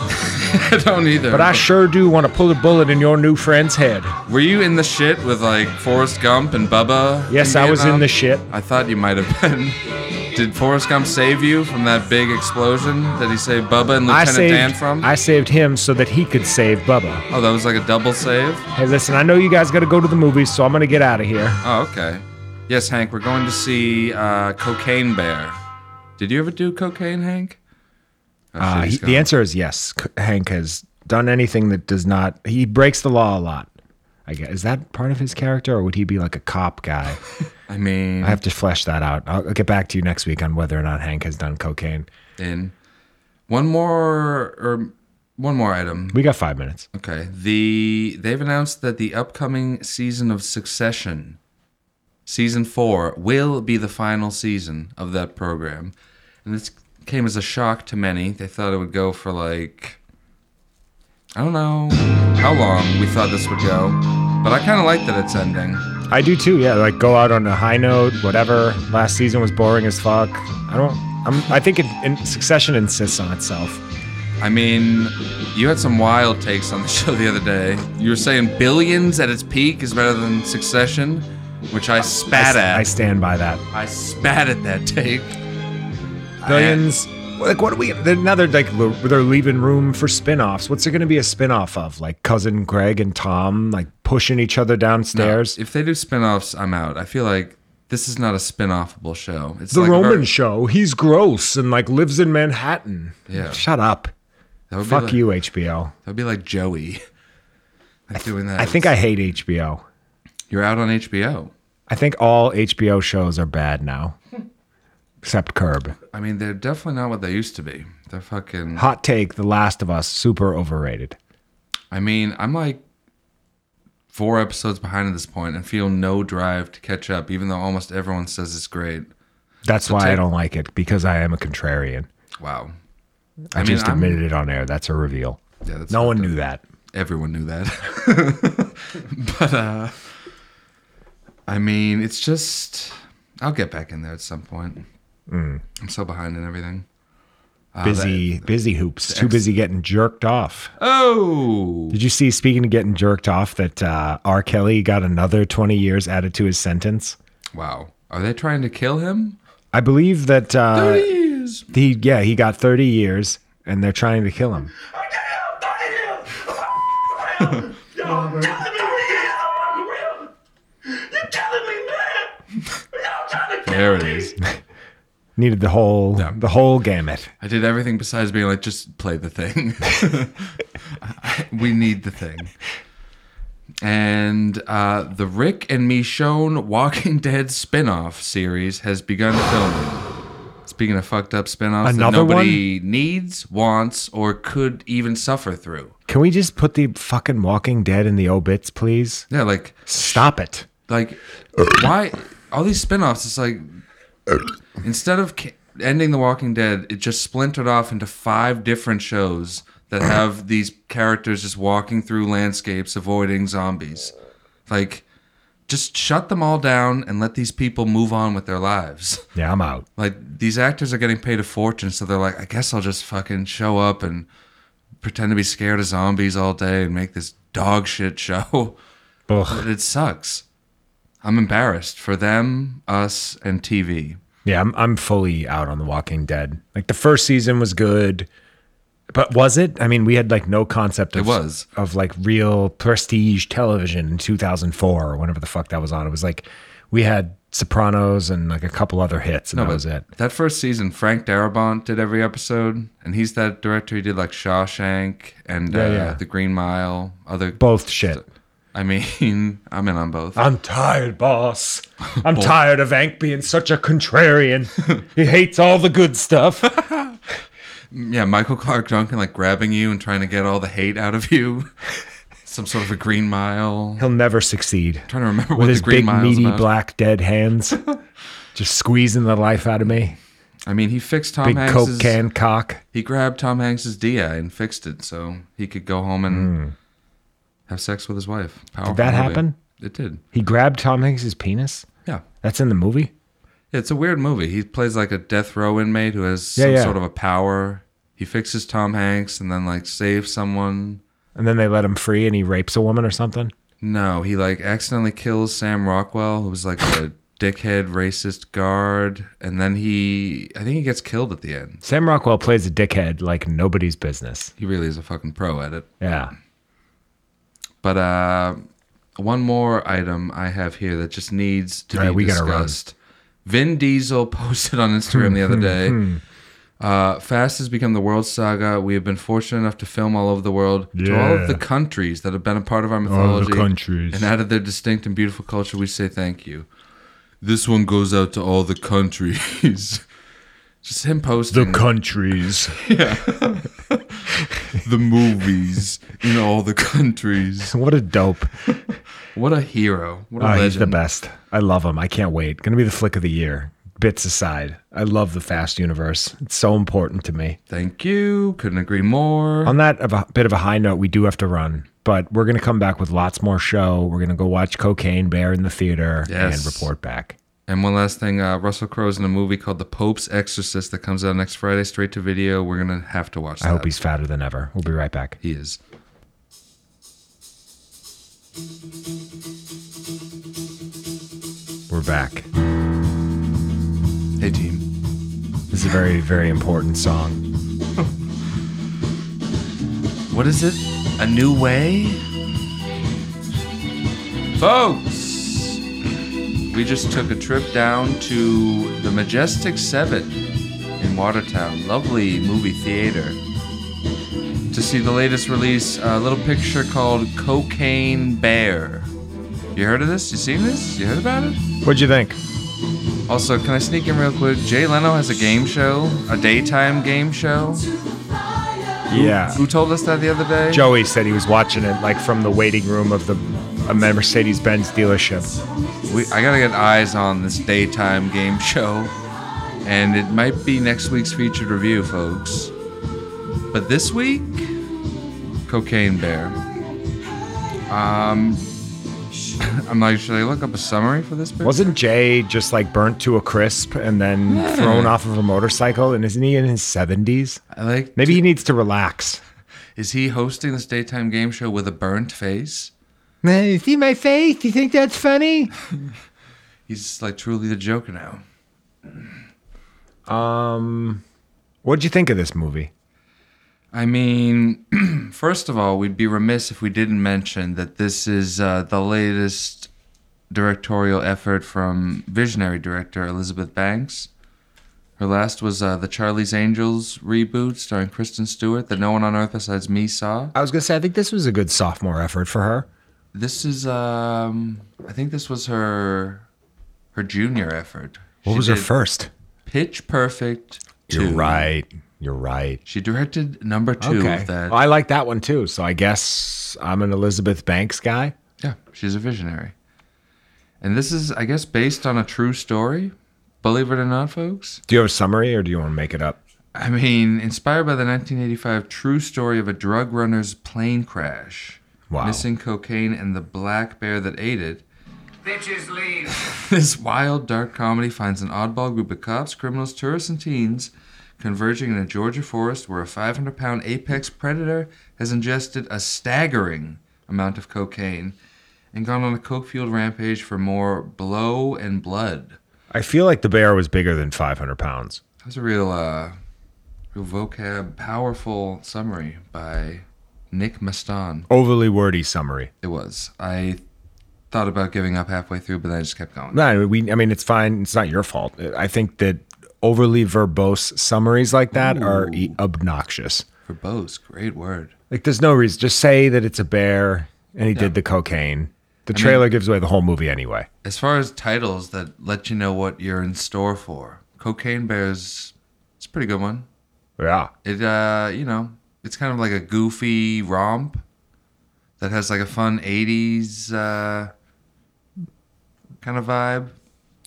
Speaker 4: I don't either.
Speaker 5: but I sure do want to pull a bullet in your new friend's head.
Speaker 4: Were you in the shit with like Forrest Gump and Bubba?
Speaker 5: Yes, I was in
Speaker 4: Vietnam?
Speaker 5: the shit.
Speaker 4: I thought you might have been. Did Forrest Gump save you from that big explosion? Did he save Bubba and
Speaker 5: I
Speaker 4: Lieutenant Dan
Speaker 5: saved,
Speaker 4: from?
Speaker 5: I saved him so that he could save Bubba.
Speaker 4: oh, that was like a double save?
Speaker 5: Hey, listen, I know you guys got to go to the movies, so I'm going to get out of here.
Speaker 4: Oh, okay. Yes, Hank, we're going to see uh, Cocaine Bear. Did you ever do cocaine, Hank? Oh,
Speaker 5: Uh,
Speaker 4: shit,
Speaker 5: he,
Speaker 4: he's
Speaker 5: the
Speaker 4: gone.
Speaker 5: answer is yes. C- Hank has done anything that does not. He breaks the law a lot. I guess. Is that part of his character, or would he be like a cop guy?
Speaker 4: I mean,
Speaker 5: I have to flesh that out. I'll I'll get back to you next week on whether or not Hank has done cocaine.
Speaker 4: in one more or one more item.
Speaker 5: We got five minutes.
Speaker 4: Okay. The they've announced that the upcoming season of Succession, season four, will be the final season of that program, and it's came as a shock to many. They thought it would go for like I don't know how long we thought this would go, but I kind of like that it's ending.
Speaker 5: I do too. Yeah, like go out on a high note, whatever. Last season was boring as fuck. I don't. I'm. I think it, in, Succession insists on itself.
Speaker 4: I mean, you had some wild takes on the show the other day. You were saying billions at its peak is better than Succession, which I spat
Speaker 5: I,
Speaker 4: at.
Speaker 5: I stand by that.
Speaker 4: I spat at that take.
Speaker 5: Billions. Like what are we? they're- Now they're like lo- they're leaving room for spin-offs. What's there going to be a spin-off of? Like cousin Greg and Tom like pushing each other
Speaker 4: No,
Speaker 5: downstairs.
Speaker 4: If they do spin-offs, I'm out. I feel like this is not a spin-offable show. It's
Speaker 5: the
Speaker 4: like
Speaker 5: Roman
Speaker 4: very-
Speaker 5: show. He's gross and like lives in Manhattan.
Speaker 4: Yeah.
Speaker 5: Shut up.
Speaker 4: That would be
Speaker 5: Fuck
Speaker 4: like-
Speaker 5: you, HBO.
Speaker 4: That would be like Joey. Like doing that.
Speaker 5: I think I
Speaker 4: It's-
Speaker 5: hate HBO.
Speaker 4: You're out on HBO.
Speaker 5: I think all HBO shows are bad now, except Curb.
Speaker 4: I mean, they're definitely not what they used to be. They're fucking.
Speaker 5: Hot take: The Last of Us super overrated.
Speaker 4: I mean, I'm like four episodes behind at this point and feel no drive to catch up, even though almost everyone says it's great.
Speaker 5: That's why I
Speaker 4: take-
Speaker 5: don't like it because I am a contrarian.
Speaker 4: Wow.
Speaker 5: I,
Speaker 4: I mean,
Speaker 5: just
Speaker 4: I'm-
Speaker 5: admitted it on air. That's a reveal.
Speaker 4: Yeah, that's
Speaker 5: no
Speaker 4: fucked
Speaker 5: one
Speaker 4: up.
Speaker 5: knew that.
Speaker 4: everyone knew that. but uh I mean, it's just I'll get back in there at some point. I'm so behind in everything. Uh,
Speaker 5: Busy, busy hoops. Too
Speaker 4: ex-
Speaker 5: busy getting jerked off.
Speaker 4: that- oh,
Speaker 5: Did you see? Speaking of getting jerked off, that uh, R. Kelly got another twenty years added to his sentence.
Speaker 4: wow. Are they trying to kill him?
Speaker 5: I believe that uh,
Speaker 4: Please.
Speaker 5: he, yeah, he got thirty years, and they're trying to kill him.
Speaker 2: You're telling me this is fucking real? You're telling me, man? Y'all trying to
Speaker 4: There it is.
Speaker 5: Needed the whole, the whole gamut.
Speaker 4: I did everything besides being like, just play the thing. we need the thing. And uh, the Rick and Michonne Walking Dead spin-off series has begun filming. Speaking of fucked up spin-offs
Speaker 5: Another
Speaker 4: that nobody needs, wants, or could even suffer through.
Speaker 5: Can we just put the fucking Walking Dead in the obits, please?
Speaker 4: Yeah, like
Speaker 5: Stop it.
Speaker 4: like why all these spin-offs it's like instead of ca- ending the walking dead it just splintered off into five different shows that have these characters just walking through landscapes avoiding zombies like just shut them all down and let these people move on with their lives
Speaker 5: Yeah, I'm out.
Speaker 4: like these actors are getting paid a fortune so they're like i guess i'll just fucking show up and pretend to be scared of zombies all day and make this dog shit show
Speaker 5: Ugh.
Speaker 4: but it sucks. I'm embarrassed for them, us, and TV.
Speaker 5: Yeah, I'm I'm fully out on the Walking Dead. Like the first season was good, but was it? I mean, we had like no concept of
Speaker 4: It was.
Speaker 5: of like real prestige television in 2004 or whenever the fuck that was on. It was like we had Sopranos and like a couple other hits, and that
Speaker 4: but
Speaker 5: was it.
Speaker 4: That first season, Frank Darabont did every episode, and he's that director. He did like Shawshank and uh,
Speaker 5: yeah.
Speaker 4: The Green Mile. Other,
Speaker 5: Both shit.
Speaker 4: I mean, I'm in on both.
Speaker 5: I'm tired, boss. I'm tired of Hank being such a contrarian. he hates all the good stuff.
Speaker 4: yeah, Michael Clark Duncan like grabbing you and trying to get all the hate out of you. Some sort of a Green Mile.
Speaker 5: He'll never succeed.
Speaker 4: trying to remember what
Speaker 5: with
Speaker 4: the
Speaker 5: his
Speaker 4: Green
Speaker 5: big
Speaker 4: Mile's
Speaker 5: meaty
Speaker 4: about.
Speaker 5: black dead hands just squeezing the life out of me
Speaker 4: I mean, he fixed Tom
Speaker 5: big
Speaker 4: Hanks's.
Speaker 5: coke can cock
Speaker 4: He grabbed Tom Hanks's DI and fixed it so he could go home and have sex with his wife. Powerful
Speaker 5: Hmm. that
Speaker 4: movie.
Speaker 5: happen?
Speaker 4: It did.
Speaker 5: he grabbed tom hanks's penis
Speaker 4: Yeah.
Speaker 5: that's in the movie
Speaker 4: Yeah, It's a weird movie. He plays like a death row inmate who has
Speaker 5: Yeah,
Speaker 4: some
Speaker 5: yeah.
Speaker 4: sort of a power. He fixes Tom Hanks and then like saves someone.
Speaker 5: and then they let him free and he rapes a woman or something
Speaker 4: No, he like accidentally kills Sam Rockwell, who was like a dickhead racist guard, and then he I think he gets killed at the end.
Speaker 5: sam rockwell plays a dickhead like nobody's business
Speaker 4: He really is a fucking pro at it.
Speaker 5: yeah
Speaker 4: But uh, one more item I have here that just needs to
Speaker 5: All right,
Speaker 4: be
Speaker 5: we gotta run. Hmm,
Speaker 4: discussed. Vin Diesel posted on Instagram the other day. Uh, Fast has become the world saga. We have been fortunate enough to film all over the world. To all
Speaker 5: Yeah.
Speaker 4: of the countries that have been a part of our mythology
Speaker 5: countries.
Speaker 4: and added their distinct and beautiful culture, we say thank you. This one goes out to all the countries. Just him posting
Speaker 5: countries
Speaker 4: the movies in all the countries.
Speaker 5: what a dope
Speaker 4: What a hero! What a
Speaker 5: oh,
Speaker 4: legend!
Speaker 5: he's the best i love him i can't wait gonna be the flick of the year bits aside, I love the Fast universe. It's so important to me.
Speaker 4: Thank you. Couldn't agree more.
Speaker 5: On that of a bit of a high note, we do have to run, but we're going to come back with lots more show. We're going to go watch Cocaine Bear in the theater
Speaker 4: Yes.
Speaker 5: and report back.
Speaker 4: And one last thing, uh, Russell Crowe's in a movie called The Pope's Exorcist that comes out next Friday, straight to video. We're gonna have to watch that.
Speaker 5: I hope he's fatter than ever. We'll be right back.
Speaker 4: he is.
Speaker 5: We're back.
Speaker 4: Hey team.
Speaker 5: This is a very, very important song.
Speaker 4: What is it? A new way? Folks! We just took a trip down to the Majestic Seven in Watertown. Lovely movie theater. To see the latest release, a little picture called Cocaine Bear. You heard of this? You seen this? You heard about it?
Speaker 5: What'd you think?
Speaker 4: Also, can I sneak in real quick? Jay Leno has a game show, a daytime game show.
Speaker 5: Yeah.
Speaker 4: Who told us that the other day?
Speaker 5: Joey said he was watching it like from the waiting room of the a Mercedes Benz dealership.
Speaker 4: We, I gotta get eyes on this daytime game show, and it might be next week's featured review, folks. But this week, Cocaine Bear. Um, I'm like, should I look up a summary for this? Picture?
Speaker 5: Wasn't Jay just like burnt to a crisp and then thrown off of a motorcycle? And isn't he in his 70s?
Speaker 4: I like?
Speaker 5: Maybe he needs to relax.
Speaker 4: Is he hosting this daytime game show with a burnt face?
Speaker 5: Man, see my face? You think that's funny?
Speaker 4: He's like truly the Joker now.
Speaker 5: What'd you think of this movie?
Speaker 4: I mean, first of all, we'd be remiss if we didn't mention that this is uh, the latest directorial effort from visionary director Elizabeth Banks. Her last was uh, the Charlie's Angels reboot starring Kristen Stewart that no one on earth besides me saw.
Speaker 5: I was gonna say I think this was a good sophomore effort for her.
Speaker 4: This is, um, I think this was her her junior effort.
Speaker 5: What
Speaker 4: She
Speaker 5: was her
Speaker 4: did
Speaker 5: first?
Speaker 4: Pitch Perfect.
Speaker 5: You're
Speaker 4: 2.
Speaker 5: right. You're right.
Speaker 4: She directed number two
Speaker 5: Okay. Oh,
Speaker 4: of that.
Speaker 5: Well, I like that one too. So I guess I'm an Elizabeth Banks guy.
Speaker 4: Yeah, she's a visionary. And this is, I guess, based on a true story. Believe it or not, folks.
Speaker 5: Do you have a summary or do you want to make it up?
Speaker 4: I mean, inspired by the 1985 true story of a drug runner's plane crash,
Speaker 5: Wow.
Speaker 4: missing cocaine, and the black bear that ate it,
Speaker 7: Bitches leave.
Speaker 4: this wild, dark comedy finds an oddball group of cops, criminals, tourists, and teens converging in a Georgia forest where a 500 pound apex predator has ingested a staggering amount of cocaine and gone on a coke fueled rampage for more blow and blood.
Speaker 5: I feel like the bear was bigger than 500 pounds.
Speaker 4: That was a real, uh, real vocab, powerful summary by Nick Maston.
Speaker 5: Overly wordy summary.
Speaker 4: It was. I thought about giving up halfway through, but then I just kept going.
Speaker 5: No, we. I mean, it's fine. It's not your fault. I think that overly verbose summaries like that are e- obnoxious.
Speaker 4: Verbose, great word.
Speaker 5: Like, there's no reason. Just say that it's a bear and he did the cocaine. The trailer gives away the whole movie anyway.
Speaker 4: as far as titles that let you know what you're in store for, Cocaine Bears, it's a pretty good one.
Speaker 5: Yeah.
Speaker 4: It, uh, you know, it's kind of like a goofy romp that has like a fun '80s uh, kind of vibe.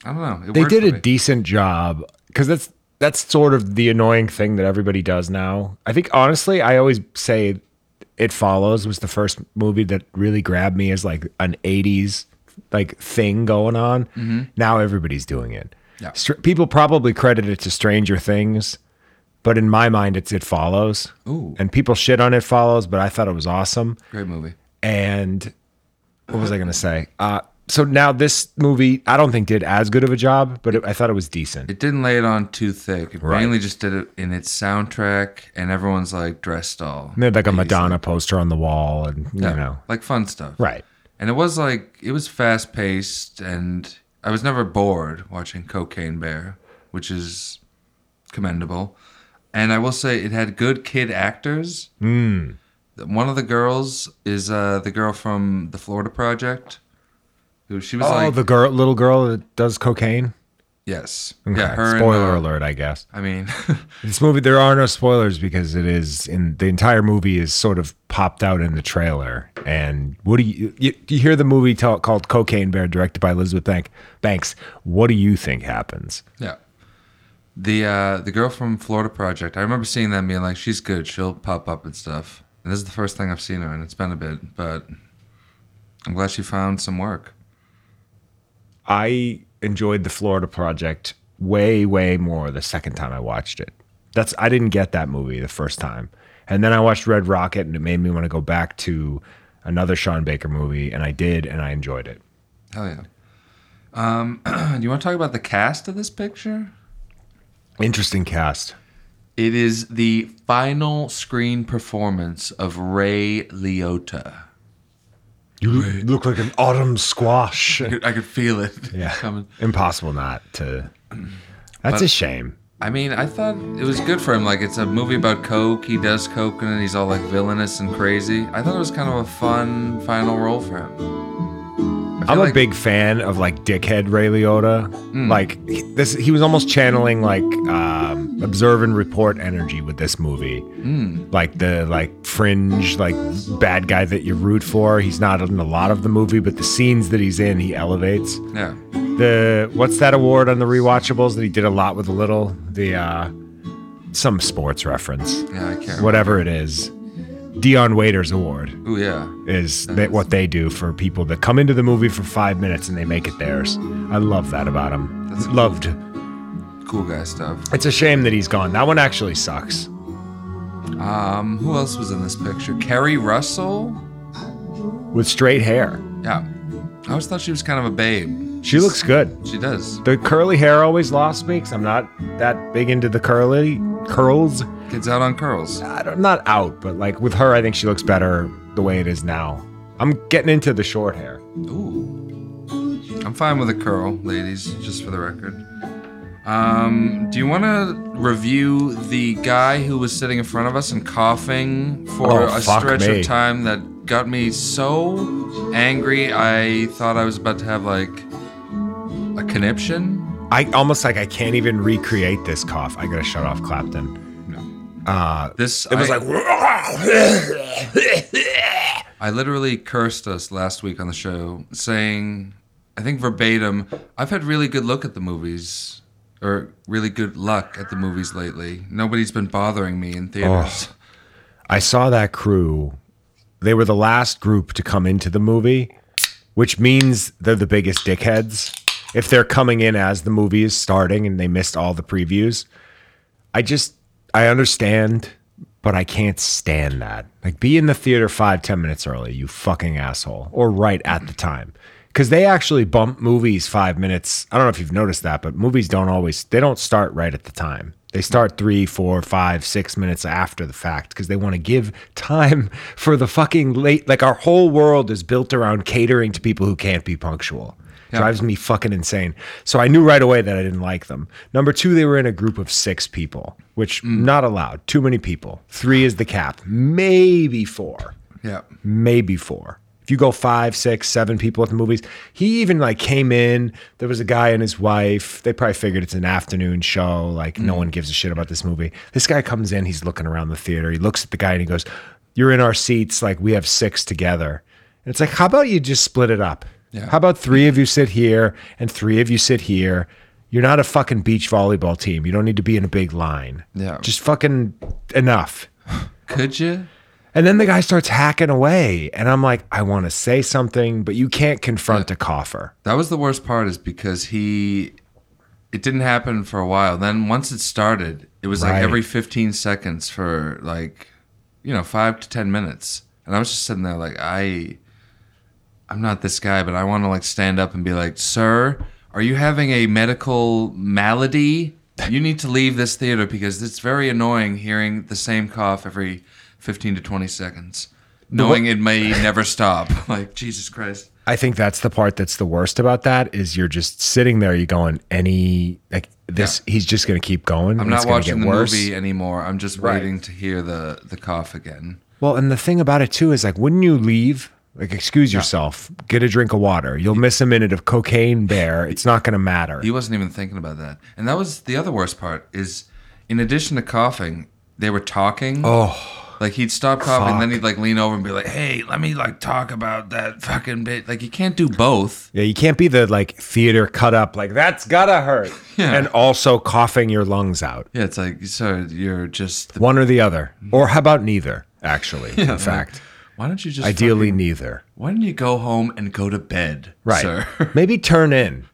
Speaker 4: I don't know. It
Speaker 5: they
Speaker 4: worked
Speaker 5: did
Speaker 4: for
Speaker 5: a
Speaker 4: me.
Speaker 5: decent job because that's that's sort of the annoying thing that everybody does now. I think honestly, I always say it follows was the first movie that really grabbed me as like an 80s like thing going on. Now everybody's doing it.
Speaker 4: Mm-hmm. Yeah.
Speaker 5: Str- people probably credit it to Stranger Things, but in my mind it's it follows.
Speaker 4: Ooh.
Speaker 5: And people shit on it follows, but I thought it was awesome
Speaker 4: great movie.
Speaker 5: and what was I going to say? Uh, so now this movie, I don't think did as good of a job, but it, I thought it was decent.
Speaker 4: It didn't lay it on too thick. It
Speaker 5: Right.
Speaker 4: mainly just did it in its soundtrack, and everyone's like dressed all.
Speaker 5: And they had like a Madonna poster on the wall, and you
Speaker 4: Yeah,
Speaker 5: know,
Speaker 4: like fun stuff.
Speaker 5: right?
Speaker 4: And it was like it was fast paced, and I was never bored watching Cocaine Bear, which is commendable. And I will say it had good kid actors. Mm.
Speaker 5: Hmm.
Speaker 4: One of the girls is uh, the girl from the Florida Project, who she was
Speaker 5: Oh,
Speaker 4: like
Speaker 5: the girl, little girl that does cocaine.
Speaker 4: Yes.
Speaker 5: Okay,
Speaker 4: Yeah. Her and,
Speaker 5: Spoiler
Speaker 4: uh,
Speaker 5: alert, I guess.
Speaker 4: I mean,
Speaker 5: This movie, there are no spoilers because it is in the entire movie is sort of popped out in the trailer. And what do you you, you hear the movie tell, called Cocaine Bear, directed by Elizabeth Bank, Banks? What do you think happens?
Speaker 4: yeah. The uh, the girl from Florida Project. I remember seeing that and being like, she's good. She'll pop up and stuff. And this is the first thing I've seen her, and it's been a bit. But I'm glad she found some work.
Speaker 5: I enjoyed the Florida Project way, way more the second time I watched it. That's I didn't get that movie the first time, and then I watched Red Rocket, and it made me want to go back to another Sean Baker movie, and I did, and I enjoyed it.
Speaker 4: Hell yeah. Um, do you want to talk about the cast of this picture?
Speaker 5: Interesting cast.
Speaker 4: It is the final screen performance of Ray Liotta.
Speaker 5: You look, look like an autumn squash.
Speaker 4: I could, I could feel it
Speaker 5: Yeah.
Speaker 4: coming.
Speaker 5: Impossible not to. That's a shame.
Speaker 4: I mean, I thought it was good for him. Like, it's a movie about coke. He does coke, and then he's all like villainous and crazy. I thought it was kind of a fun final role for him. I feel
Speaker 5: I'm
Speaker 4: like- Mm.
Speaker 5: a big fan of like dickhead Ray Liotta. Like he- this, he was almost channeling like um, observe and report energy with this movie.
Speaker 4: Mm.
Speaker 5: Like the like fringe like bad guy that you root for. He's not in a lot of the movie, but the scenes that he's in, he elevates.
Speaker 4: Yeah.
Speaker 5: The what's that award on the rewatchables that he did a lot with the little the uh, some sports reference,
Speaker 4: Yeah, I can't.
Speaker 5: whatever it is. Dion Waiters Award.
Speaker 4: Ooh, yeah.
Speaker 5: is that what they do for people that come into the movie for five minutes and they make it theirs. I love that about him.
Speaker 4: That's cool.
Speaker 5: Loved.
Speaker 4: Cool guy stuff.
Speaker 5: It's a shame that he's gone. That one actually sucks.
Speaker 4: Um, who else was in this picture? Carrie Russell?
Speaker 5: With straight hair,
Speaker 4: Yeah. I always thought she was kind of a babe.
Speaker 5: she looks good.
Speaker 4: She does.
Speaker 5: The curly hair always lost me 'cause I'm not that big into the curly curls.
Speaker 4: Kids out on curls.
Speaker 5: I don't, not out, but like with her, I think she looks better the way it is now. I'm getting into the short hair.
Speaker 4: Ooh. I'm fine with a curl, ladies, just for the record. Um, do you want to review the guy who was sitting in front of us and coughing for
Speaker 5: Oh,
Speaker 4: a
Speaker 5: fuck
Speaker 4: stretch
Speaker 5: me.
Speaker 4: of time that got me so angry I thought I was about to have like a conniption?
Speaker 5: I almost like I can't even recreate this cough. I gotta shut off Clapton. Uh,
Speaker 4: This
Speaker 5: It was
Speaker 4: I,
Speaker 5: like.
Speaker 4: I literally cursed us last week on the show, saying, I think verbatim, I've had really good look at the movies, or really good luck at the movies lately. Nobody's been bothering me in theaters.
Speaker 5: I saw that crew. They were the last group to come into the movie, which means they're the biggest dickheads. If they're coming in as the movie is starting and they missed all the previews, I just, I understand, but I can't stand that. Like, be in the theater five, 10 minutes early, you fucking asshole, or right at the time. Because they actually bump movies five minutes. I don't know if you've noticed that, but movies don't always, they don't start right at the time. They start three, four, five, six minutes after the fact because they want to give time for the fucking late. Like, our whole world is built around catering to people who can't be punctual. Drives me fucking insane. So I knew right away that I didn't like them. Number two, they were in a group of six people, which not allowed. Too many people. Three is the cap. Maybe four.
Speaker 4: Yeah.
Speaker 5: Maybe four. If you go five, six, seven people at the movies, he even like came in. There was a guy and his wife. They probably figured it's an afternoon show. Like
Speaker 4: Mm.
Speaker 5: no one gives a shit about this movie. This guy comes in. He's looking around the theater. He looks at the guy and he goes, "You're in our seats. Like we have six together." And it's like, how about you just split it up?
Speaker 4: Yeah.
Speaker 5: How about three of you sit here and three of you sit here? You're not a fucking beach volleyball team. You don't need to be in a big line.
Speaker 4: Yeah.
Speaker 5: Just fucking enough.
Speaker 4: Could you?
Speaker 5: And then the guy starts hacking away. And I'm like, I want to say something, but you can't confront a cougher.
Speaker 4: That was the worst part, is because he. It didn't happen for a while. Then once it started, it was
Speaker 5: Right.
Speaker 4: like every 15 seconds for like, you know, five to 10 minutes. And I was just sitting there like, I. I'm not this guy, but I want to like stand up and be like, "Sir, are you having a medical malady? You need to leave this theater because it's very annoying hearing the same cough every 15 to 20 seconds, knowing it may never stop." Like Jesus Christ.
Speaker 5: I think that's the part that's the worst about that is you're just sitting there, you're going, any, like this, he's just going to keep going.
Speaker 4: I'm
Speaker 5: and
Speaker 4: not
Speaker 5: it's gonna
Speaker 4: watching
Speaker 5: get
Speaker 4: the
Speaker 5: worse.
Speaker 4: movie anymore. I'm just
Speaker 5: Right.
Speaker 4: waiting to hear the the cough again.
Speaker 5: Well, and the thing about it too is like, wouldn't you leave? Like, excuse yourself. Get a drink of water. You'll miss a minute of cocaine bear. It's not going to matter.
Speaker 4: He wasn't even thinking about that. And that was the other worst part is in addition to coughing, they were talking.
Speaker 5: Oh.
Speaker 4: Like he'd stop coughing, then
Speaker 5: Fuck.
Speaker 4: he'd like lean over and be like, Hey, let me like talk about that fucking bit. Like you can't do both.
Speaker 5: Yeah, you can't be the like theater cut up like that's gotta hurt,
Speaker 4: Yeah.
Speaker 5: and also coughing your lungs out.
Speaker 4: Yeah, it's like so you're just the,
Speaker 5: One or the other, or how about neither? Actually, in fact,
Speaker 4: why don't you just
Speaker 5: ideally
Speaker 4: fucking-
Speaker 5: neither.
Speaker 4: why don't you go home and go to bed?
Speaker 5: Right?
Speaker 4: Sir?
Speaker 5: Maybe turn in.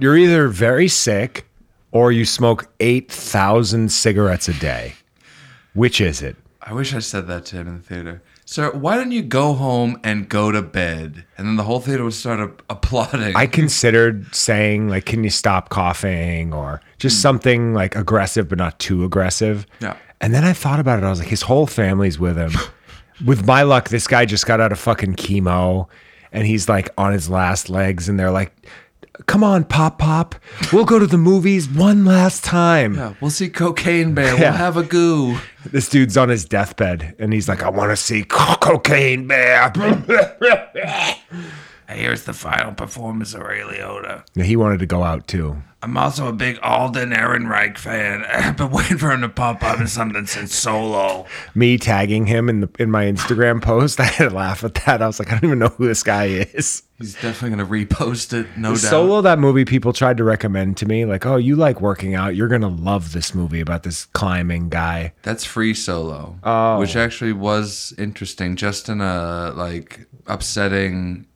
Speaker 5: You're either very sick, or you smoke eight thousand cigarettes a day. Which is it?
Speaker 4: I wish I said that to him in the theater. Sir, why don't you go home and go to bed? And then the whole theater would start a- applauding.
Speaker 5: I considered saying like, "Can you stop coughing?" or just something like aggressive but not too aggressive.
Speaker 4: Hmm. Yeah.
Speaker 5: And then I thought about it. I was like, his whole family's with him. with my luck, this guy just got out of fucking chemo, and he's like on his last legs, and they're like. Come on, Pop Pop. We'll go to the movies one last time.
Speaker 4: yeah, Uh, we'll see Cocaine Bear. We'll
Speaker 5: Yeah.
Speaker 4: have a goo.
Speaker 5: This dude's on his deathbed and he's like, I want to see co- Cocaine Bear.
Speaker 4: Here's the final performance of Ray Liotta.
Speaker 5: Yeah, he wanted to go out too.
Speaker 4: I'm also a big Alden Ehrenreich fan. I've been waiting for him to pop up in something since Solo.
Speaker 5: me tagging him in the in my Instagram post. I had a laugh at that. I was like, I don't even know who this guy is.
Speaker 4: He's definitely gonna repost it, no doubt.
Speaker 5: Solo, that movie people tried to recommend to me, like, oh, you like working out, you're gonna love this movie about this climbing guy.
Speaker 4: That's free Solo,
Speaker 5: Oh.
Speaker 4: which actually was interesting, just in a like upsetting,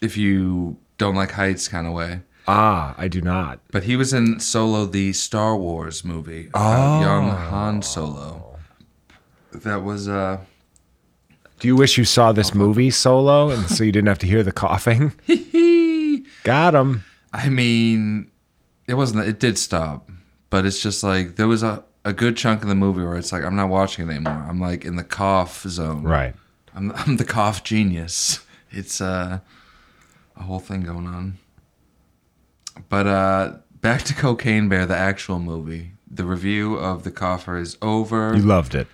Speaker 4: if you don't like heights kind of way.
Speaker 5: Ah, I do not.
Speaker 4: But he was in Solo, the Star Wars movie about young
Speaker 5: Oh.
Speaker 4: Han Solo. That was uh,
Speaker 5: Do you wish you saw this movie solo, and so you didn't have to hear the coughing? Got him.
Speaker 4: I mean, it wasn't. It did stop, but it's just like there was a, a good chunk of the movie where it's like I'm not watching it anymore. I'm like in the cough zone.
Speaker 5: Right.
Speaker 4: I'm I'm the cough genius. It's uh, a whole thing going on. But uh, back to Cocaine Bear, the actual movie. The review of the coffer is over.
Speaker 5: You loved it.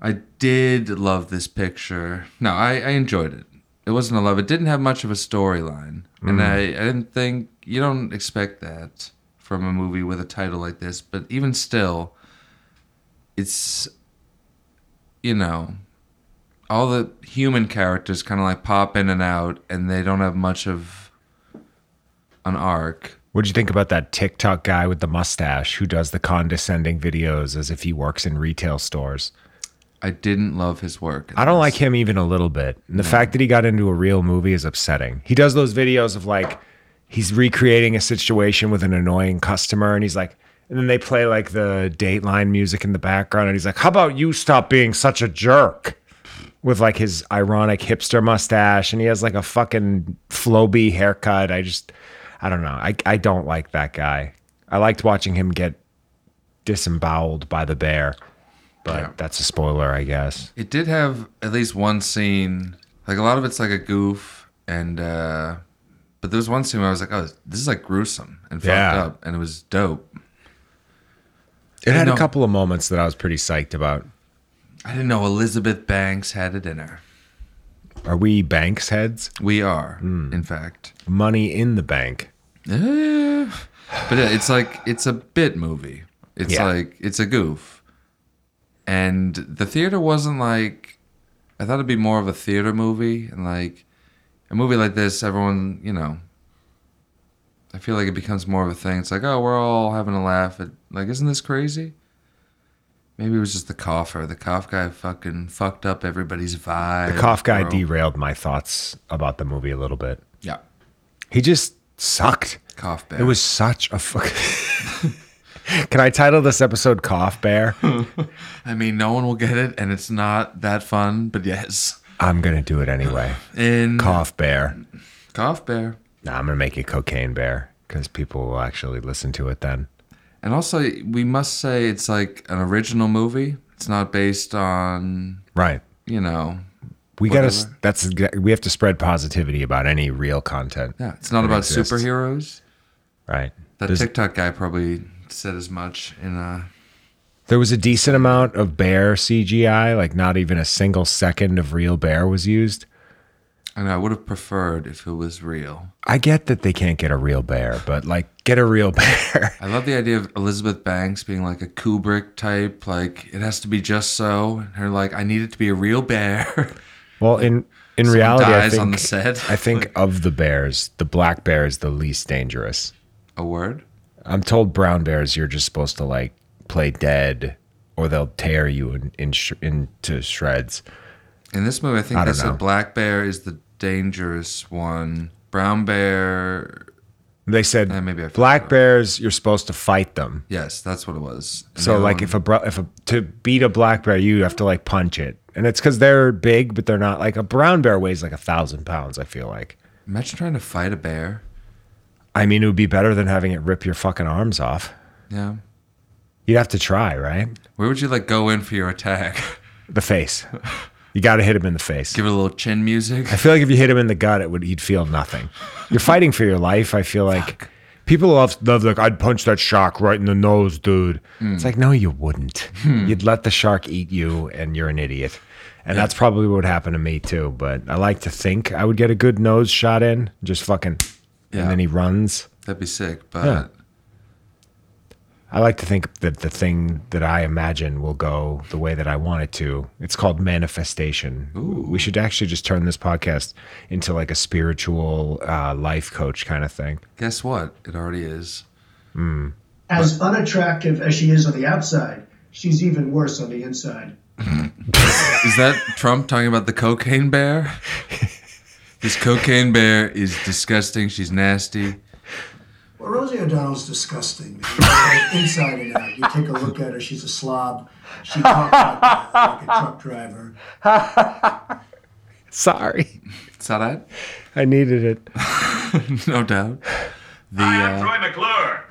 Speaker 4: I did love this picture. No, I, I enjoyed it. It wasn't a love. It didn't have much of a storyline.
Speaker 5: Mm.
Speaker 4: And I, I didn't think, you don't expect that from a movie with a title like this. But even still, it's, you know, all the human characters kind of like pop in and out and they don't have much of an arc.
Speaker 5: What'd you think about that TikTok guy with the mustache who does the condescending videos as if he works in retail stores?
Speaker 4: I didn't love his work. in
Speaker 5: I don't
Speaker 4: this.
Speaker 5: like him even a little bit. And the fact that he got into a real movie is upsetting. He does those videos of like he's recreating a situation with an annoying customer and he's like and then they play like the Dateline music in the background and he's like, "How about you stop being such a jerk?" with like his ironic hipster mustache and he has like a fucking floby haircut. I just I don't know. I I don't like that guy. I liked watching him get disemboweled by the bear. But
Speaker 4: Yeah.
Speaker 5: that's a spoiler, I guess.
Speaker 4: It did have at least one scene. Like a lot of it's like a goof, and uh but there was one scene where I was like, "Oh, this is like gruesome and fucked
Speaker 5: Yeah.
Speaker 4: up," and it was dope.
Speaker 5: It had
Speaker 4: know-
Speaker 5: a couple of moments that I was pretty psyched about.
Speaker 4: I didn't know Elizabeth Banks had a dinner.
Speaker 5: Are we banks heads?
Speaker 4: We are,
Speaker 5: Hmm.
Speaker 4: in fact.
Speaker 5: Money in the bank.
Speaker 4: Eh. but yeah, it's like it's a bit movie. It's
Speaker 5: Yeah.
Speaker 4: like it's a goof, and the theater wasn't like. I thought it'd be more of a theater movie, and like a movie like this, everyone you know. I feel like it becomes more of a thing. It's like, oh, we're all having a laugh at like, isn't this crazy? Maybe it was just the cougher. The cough guy fucking fucked up everybody's vibe.
Speaker 5: The cough guy
Speaker 4: bro.
Speaker 5: derailed my thoughts about the movie a little bit.
Speaker 4: Yeah,
Speaker 5: He just sucked.
Speaker 4: cough bear.
Speaker 5: It was such a fuck. Can I title this episode Cough Bear?
Speaker 4: I mean, no one will get it, and it's not that fun. But yes.
Speaker 5: I'm going to do it anyway.
Speaker 4: in
Speaker 5: Cough Bear.
Speaker 4: Cough Bear.
Speaker 5: Nah, I'm going to make it Cocaine Bear because people will actually listen to it then.
Speaker 4: And also, we must say it's like an original movie. It's not based on,
Speaker 5: Right.
Speaker 4: you know,
Speaker 5: We got to,
Speaker 4: Whatever.
Speaker 5: that's, we have to spread positivity about any real content.
Speaker 4: yeah, it's not about
Speaker 5: exists.
Speaker 4: superheroes.
Speaker 5: Right.
Speaker 4: That
Speaker 5: There's-
Speaker 4: TikTok guy probably said as much in uh
Speaker 5: There was a decent amount of bear CGI, like not even a single second of real bear was used.
Speaker 4: I know. I would have preferred if it was real.
Speaker 5: I get that they can't get a real bear, but like, get a real bear.
Speaker 4: I love the idea of Elizabeth Banks being like a Kubrick type, like it has to be just so, and her like I need it to be a real bear.
Speaker 5: Well, in in
Speaker 4: Someone
Speaker 5: reality, I
Speaker 4: dies
Speaker 5: think
Speaker 4: on the set.
Speaker 5: I think of the bears, the black bear is the least dangerous.
Speaker 4: a word.
Speaker 5: I'm told brown bears, you're just supposed to like play dead, or they'll tear you in, in sh- into shreds.
Speaker 4: In this movie, I think
Speaker 5: I
Speaker 4: they
Speaker 5: don't know.
Speaker 4: said black bear is the dangerous one. Brown bear,
Speaker 5: They said
Speaker 4: Uh, maybe I fucked
Speaker 5: black
Speaker 4: up.
Speaker 5: bears, you're supposed to fight them.
Speaker 4: yes, that's what it was. And
Speaker 5: So
Speaker 4: the
Speaker 5: like,
Speaker 4: other
Speaker 5: if a bro- if a, to beat a black bear, you have to like punch it, and it's because they're big, but they're not like a brown bear weighs like a thousand pounds. I feel like.
Speaker 4: one- imagine trying to fight a bear.
Speaker 5: I mean, it would be better than having it rip your fucking arms off.
Speaker 4: Yeah,
Speaker 5: You'd have to try, right?
Speaker 4: where would you like go in for your attack?
Speaker 5: The face. You got to hit him in the face.
Speaker 4: Give it a little chin music.
Speaker 5: I feel like if you hit him in the gut, it would he'd feel nothing. You're fighting for your life. I feel like people love love like I'd punch that shark right in the nose, dude. It's like no, you wouldn't. You'd let the shark eat you, and you're an idiot. And that's probably what happened to me too. But I like to think I would get a good nose shot in, just fucking,
Speaker 4: Yeah.
Speaker 5: and then he runs.
Speaker 4: That'd be sick, but
Speaker 5: Yeah. I like to think that the thing that I imagine will go the way that I want it to. It's called manifestation. We should actually just turn this podcast into like a spiritual uh, life coach kind of thing.
Speaker 4: guess what? It already is.
Speaker 6: As unattractive as she is on the outside, she's even worse on the inside.
Speaker 4: Is that Trump talking about the cocaine bear? this cocaine bear is disgusting. She's nasty.
Speaker 6: Well, Rosie O'Donnell's disgusting. man. inside and out. You take a look at her, she's a slob. She talks like, a- like a truck driver.
Speaker 5: Sorry,
Speaker 4: Is that it?
Speaker 5: I needed it.
Speaker 4: No doubt. The uh,
Speaker 2: Troy McClure.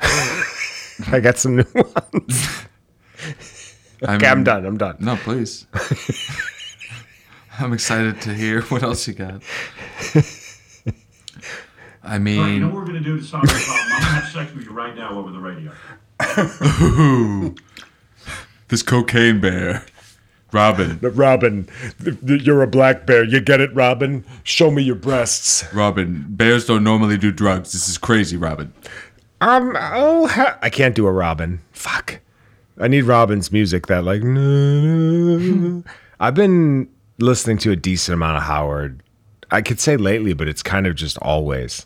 Speaker 5: I got some new ones.
Speaker 4: I
Speaker 5: Okay, I'm
Speaker 4: mean-
Speaker 5: done. I'm done.
Speaker 4: No, please. I'm excited to hear what else you got. I
Speaker 2: You know what
Speaker 4: mean,
Speaker 2: we're gonna do to solve this problem? I'm gonna have sex with you right now over the radio.
Speaker 4: this cocaine bear, Robin.
Speaker 5: Robin, th- th- you're a black bear. You get it, Robin? Show me your breasts.
Speaker 4: Robin, bears don't normally do drugs. This is crazy, Robin.
Speaker 5: Um, oh, ha- I can't do a Robin. Fuck. I need Robin's music. That like, I've been listening to a decent amount of Howard. I could say lately, but it's kind of just always.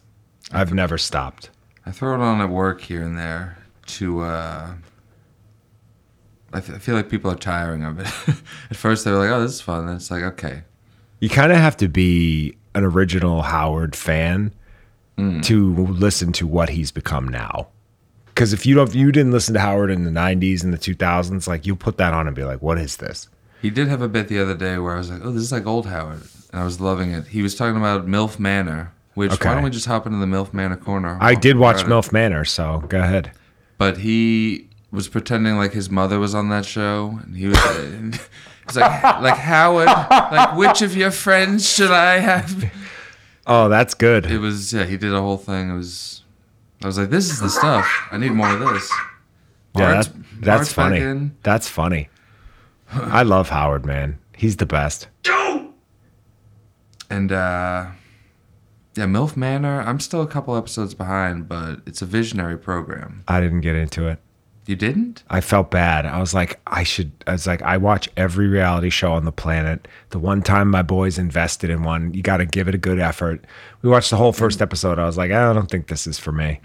Speaker 5: I've never stopped.
Speaker 4: I throw it on at work here and there to. Uh, I, f- I feel like people are tiring of it. at first, they were like, "Oh, this is fun." Then it's like, "Okay,
Speaker 5: You kind of have to be an original Howard fan to listen to what he's become now. Because if you don't, if you didn't listen to Howard in the '90s and the 2000s, like you'll put that on and be like, "What is this?"
Speaker 4: He did have a bit the other day where I was like, "Oh, this is like old Howard," and I was loving it. He was talking about Milf Manor, which
Speaker 5: Okay.
Speaker 4: why don't we just hop into the Milf Manor corner?
Speaker 5: I
Speaker 4: While
Speaker 5: did
Speaker 4: we're
Speaker 5: watch
Speaker 4: at it.
Speaker 5: MILF Manor, so go ahead.
Speaker 4: but he was pretending like his mother was on that show, and he was. and he was like, like Howard, like which of your friends should I have?
Speaker 5: Oh, that's good.
Speaker 4: It was yeah. He did a whole thing. It was. I was like, this is the stuff. I need more of this.
Speaker 5: Yeah,
Speaker 4: Art's-
Speaker 5: that's, that's
Speaker 4: Art's back
Speaker 5: funny.
Speaker 4: in.
Speaker 5: That's funny. I love Howard, man. He's the best.
Speaker 2: Joe!
Speaker 4: And uh yeah, MILF Manor, I'm still a couple episodes behind, but it's a visionary program.
Speaker 5: I didn't get into it.
Speaker 4: You didn't?
Speaker 5: I felt bad. I was like, I should. I was like, I watch every reality show on the planet. The one time my boys invested in one, you got to give it a good effort. We watched the whole first episode. I was like, I don't think this is for me.